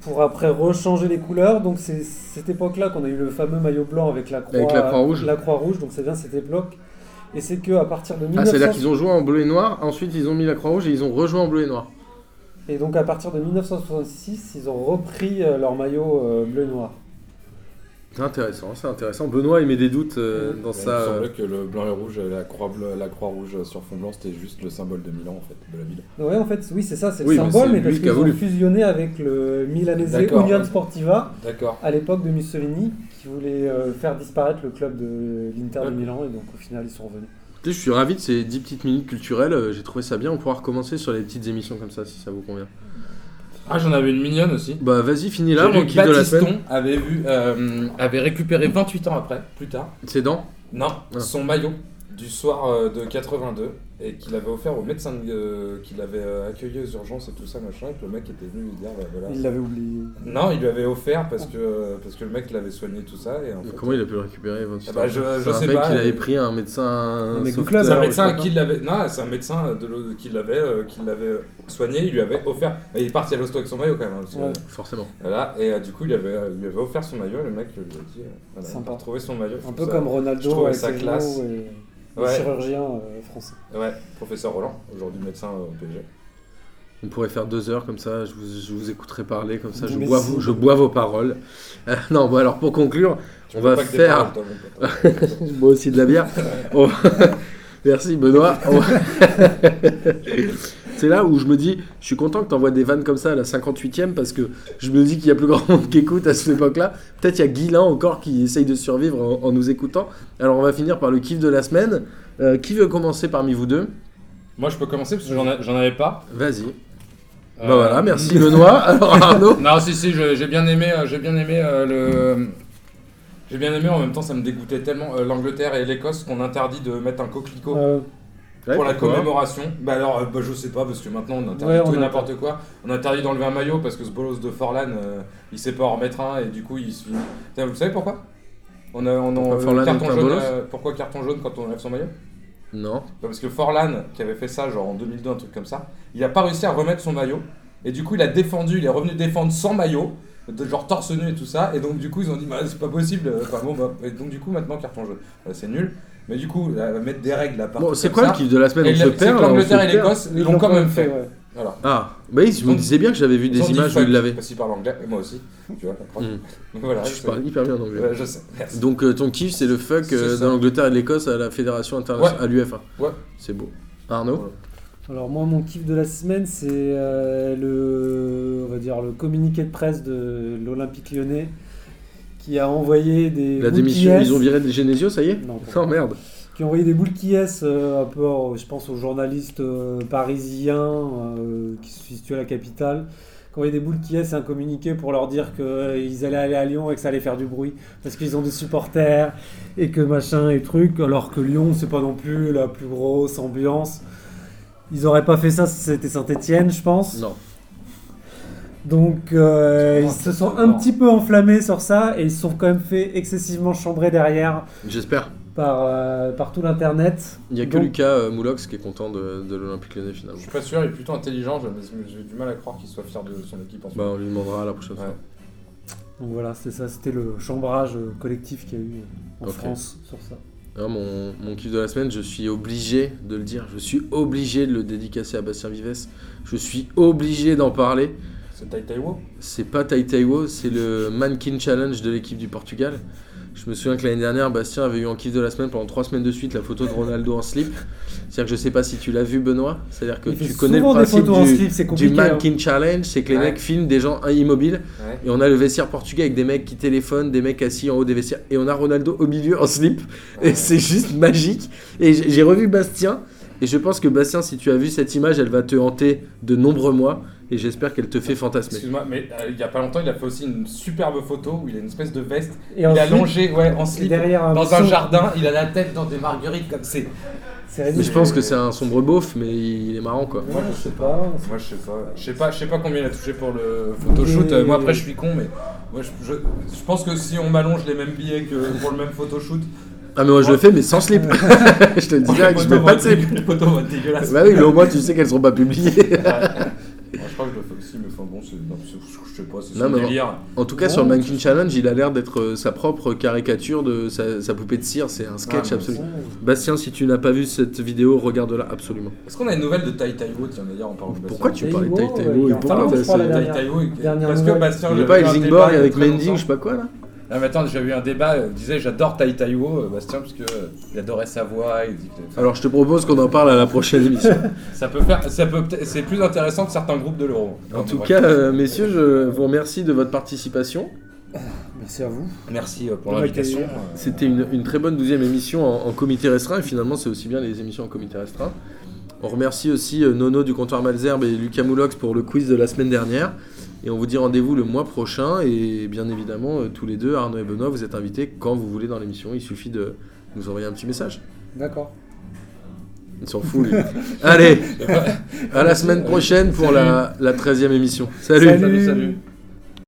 pour après rechanger les couleurs. Donc c'est cette époque-là qu'on a eu le fameux maillot blanc avec la croix, Avec la croix rouge. la croix rouge, donc ça vient de cette époque. Et c'est que à partir de Ah 1900 c'est à dire qu'ils ont joué en bleu et noir. Ensuite ils ont mis la croix rouge et ils ont rejoué en bleu et noir. et donc à partir de 1966, ils ont repris euh, leur maillot euh, bleu et noir. C'est intéressant, c'est intéressant. Benoît il met des doutes euh, dans Il sa. me semblait que le blanc et rouge, la croix, bleue- la croix rouge sur fond blanc, c'était juste le symbole de Milan, en fait, de la ville. Ouais, en fait, oui, c'est ça, c'est Oui, le mais c'est symbole, mais, lui parce qui qu'ils a voulu. ont fusionné avec le Milanese D'accord. Union Sportiva. D'accord. à l'époque de Mussolini qui voulait euh, faire disparaître le club de l'Inter de Milan et donc au final ils sont revenus. Tu sais, Je suis ravi de ces 10 petites minutes culturelles. euh, J'ai trouvé ça bien. On pourra recommencer sur les petites émissions comme ça si ça vous convient. Ah, j'en avais une mignonne aussi. Bah vas-y finis là J'ai mon lu que kiff de la semaine. Batiston avait, vu, euh, avait récupéré 28 ans après, plus tard. C'est dans. Non, Ah. son maillot du soir euh, de 82 et qu'il avait offert au médecin euh, qui l'avait euh, accueilli aux urgences et tout ça machin et que le mec était venu lui dire bah, voilà. Il l'avait oublié. Non, il lui avait offert parce que euh, parce que le mec l'avait soigné tout ça et en fait, Comment il a pu le récupérer 28 Ah bah, je- je C'est un sais mec pas, qu'il mais- avait pris un médecin. Un mec du sauveteur, club, C'est un je sais médecin pas. qui l'avait. Non, c'est un médecin de l'eau- qui l'avait, euh, qui l'avait soigné. Il lui avait offert. Et il est parti à l'hosto avec son maillot quand même. hein, parce que- Ouais. Forcément. Voilà. Et euh, du coup, il avait, euh, il lui avait offert son maillot. Le mec lui a dit. euh, voilà, Sympa. il a retrouvé son maillot. Un peu Ça- comme je Ronaldo trouvais avec ça ses classe. genoux et le Ouais. chirurgien euh, français. Ouais. Professeur Roland, aujourd'hui médecin euh, au PSG. On pourrait faire deux heures comme ça, je vous, je vous écouterai parler comme ça, je Mais bois, si. vos- je bois vos paroles. Euh, non, bon alors pour conclure, Tu On peux va pas que des faire- paroles, toi, mon pote. je bois aussi de la bière. On va- Merci Benoît. On va- C'est là où je me dis, je suis content que tu envoies des vannes comme ça à la 58e parce que je me dis qu'il y a plus grand monde qui écoute à cette époque-là. Peut-être il y a Guilin encore qui essaye de survivre en, en nous écoutant. Alors on va finir par le kiff de la semaine. Euh, qui veut commencer parmi vous deux Moi, je peux commencer parce que j'en a- j'en avais pas. Vas-y. Euh, Bah voilà, merci Benoît. Alors Arnaud Non, si, si, je- j'ai bien aimé, euh, j'ai bien aimé euh, le. J'ai bien aimé, en même temps, ça me dégoûtait tellement euh, l'Angleterre et l'Écosse qu'on interdit de mettre un coquelicot Euh, pour la Pourquoi commémoration. Bah alors, euh, bah, je sais pas, parce que maintenant on interdit Ouais, tout on et a- n'importe quoi. On interdit d'enlever un maillot parce que ce bolos de Forlan, euh, il sait pas en remettre un et du coup il se finit. Putain, Vous savez pourquoi on a, on a- Pourquoi le Forlan carton est un jaune, bolos euh, Pourquoi carton jaune quand on enlève son maillot Non. Bah, Parce que Forlan, qui avait fait ça genre en 2002, un truc comme ça, il a pas réussi à remettre son maillot. Et du coup, il a défendu, il est revenu défendre sans maillot, de, genre torse nu et tout ça. Et donc, du coup, ils ont dit, bah, c'est pas possible. Enfin, bon, bah, et donc, du coup, maintenant, carton jaune. Bah, c'est nul. Mais du coup, là, mettre des règles à part. Bon, c'est quoi le kiff de la semaine Et On se le- c'est perd que là, on se l'Angleterre et perd. l'Écosse ils l'ont quand même fait. ouais. Voilà. Ah, Bah oui, je me disais bien que j'avais vu des images où il l'avait. Parce qu'il parle anglais, et moi aussi. Tu vois, la preuve. Mm. Donc voilà, Tu c'est- parles hyper bien anglais. Ouais, je sais, merci. Donc euh, ton kiff, c'est le fuck euh, C'est ça. de l'Angleterre et de l'Écosse à la Fédération internationale, à l'UFA. Ouais. C'est beau. Arnaud Alors moi mon kiff de la semaine c'est euh, le on va dire le communiqué de presse de l'Olympique Lyonnais qui a envoyé des La boules qui démission, est- ils ont viré des Genesio, ça y est Non, pas Oh merde qui ont envoyé des boules qui est, euh, un peu, euh, je pense, aux journalistes euh, parisiens euh, qui se situent à la capitale. Qui ont envoyé des boules qui est, c'est un communiqué pour leur dire qu'ils allaient aller à Lyon et que ça allait faire du bruit parce qu'ils ont des supporters et que machin et truc. Alors que Lyon, c'est pas non plus la plus grosse ambiance. Ils auraient pas fait ça si c'était Saint-Etienne, je pense. Non. Donc euh, ils se sont un petit peu enflammés sur ça et ils se sont quand même fait excessivement chambrer derrière J'espère. par, euh, par tout l'internet. Il n'y a que Donc, Lucas euh, Moulox qui est content de, de l'Olympique Lyonnais Je finalement. suis pas sûr, il est plutôt intelligent, je- j'ai du mal à croire qu'il soit fier de son équipe en ce Bah, moment. on lui demandera la prochaine Ouais. fois. Donc voilà, c'était ça, c'était le chambrage euh, collectif qu'il y a eu euh, en Ok. France sur ça. Alors, mon, mon kiff de la semaine, je suis obligé de le dire. Je suis obligé de le dédicacer à Bastien Vives. Je suis obligé d'en parler. C'est Tai Taiwo C'est pas Taitaiwo, c'est le Mannequin Challenge de l'équipe du Portugal. Je me souviens que l'année dernière, Bastien avait eu en kiff de la semaine pendant trois semaines de suite la photo de Ronaldo en slip. C'est-à-dire que je sais pas si tu l'as vu, Benoît. C'est-à-dire que Il fait tu connais le souvent des principe photos en du, slip, c'est du compliqué. hein. Mannequin Challenge, c'est que les Ouais. mecs filment des gens immobiles Ouais. et on a le vestiaire portugais avec des mecs qui téléphonent, des mecs assis en haut des vestiaires et on a Ronaldo au milieu en slip. Euh, Et c'est juste magique. Et j'ai j'ai revu Bastien et je pense que Bastien, si tu as vu cette image, elle va te hanter de nombreux mois et j'espère qu'elle te fait fantasmer. Excuse-moi, mais euh, il y a pas longtemps, il a fait aussi une superbe photo où il a une espèce de veste. Et il est ensuite, allongé ouais, en et slip derrière un dans un son, jardin, il a la tête dans des marguerites comme c'est. C'est Mais je ridicule. pense que c'est un sombre beauf, mais il est marrant quoi. Moi, je sais pas. Moi je sais pas. Je sais pas, je sais pas combien il a touché pour le photoshoot. Et- Euh, Moi après je suis con mais moi je, je- je pense que si on m'allonge les mêmes billets que pour le même photoshoot, Ah, mais moi je le fais, mais sans slip. je te le dis direct, je mets pas de slip. Les photos vont être dégueulasses. Bah oui, mais au moins tu sais qu'elles seront pas publiées. Moi, je crois que je le fais aussi mais enfin bon c'est non, c'est- je sais pas, c'est Non, son mais- délire. En tout cas, sur le Mannequin Challenge, il a l'air d'être euh, sa propre caricature de sa, sa poupée de cire. C'est un sketch Ah, mais absolu. Bastien, si tu n'as pas vu cette vidéo, regarde-la absolument. Est-ce qu'on a une nouvelle de Tai Taiwo Tiens d'ailleurs on parle de Pourquoi tu parles de Taïwo, ouais, Taïtaïwo il et en pourquoi parle, t'as je crois, ce- la Bastien. Il dernière- Tai Taiwo, il- dernière parce que nouvelle. Bastien n'y a j'avais pas eu un Helsingborg débat il y a avec très Mending, longtemps. je sais pas quoi là Ah, mais attends, j'avais eu un débat, euh, il disait j'adore Tai Taiwo, euh, Bastien, parce que euh, il adorait sa voix, il dit que- Alors je te propose qu'on en parle à la prochaine émission. ça peut faire, ça peut, peut-être- c'est plus intéressant que certains groupes de l'euro. En tout cas, euh, messieurs, je vous remercie de votre participation. Merci à vous. merci euh, pour Ouais, l'invitation. t'es- euh, C'était une, une très bonne douzième émission en, en comité restreint et finalement c'est aussi bien les émissions en comité restreint. On remercie aussi euh, Nono du comptoir Malzerbe et Lucas Moulox pour le quiz de la semaine dernière. Et on vous dit rendez-vous le mois prochain et bien évidemment euh, tous les deux, Arnaud et Benoît, vous êtes invités quand vous voulez dans l'émission. Il suffit de nous envoyer un petit message. D'accord. Il s'en fout lui. Allez, à la semaine prochaine pour la, la 13e émission. Salut Salut, salut.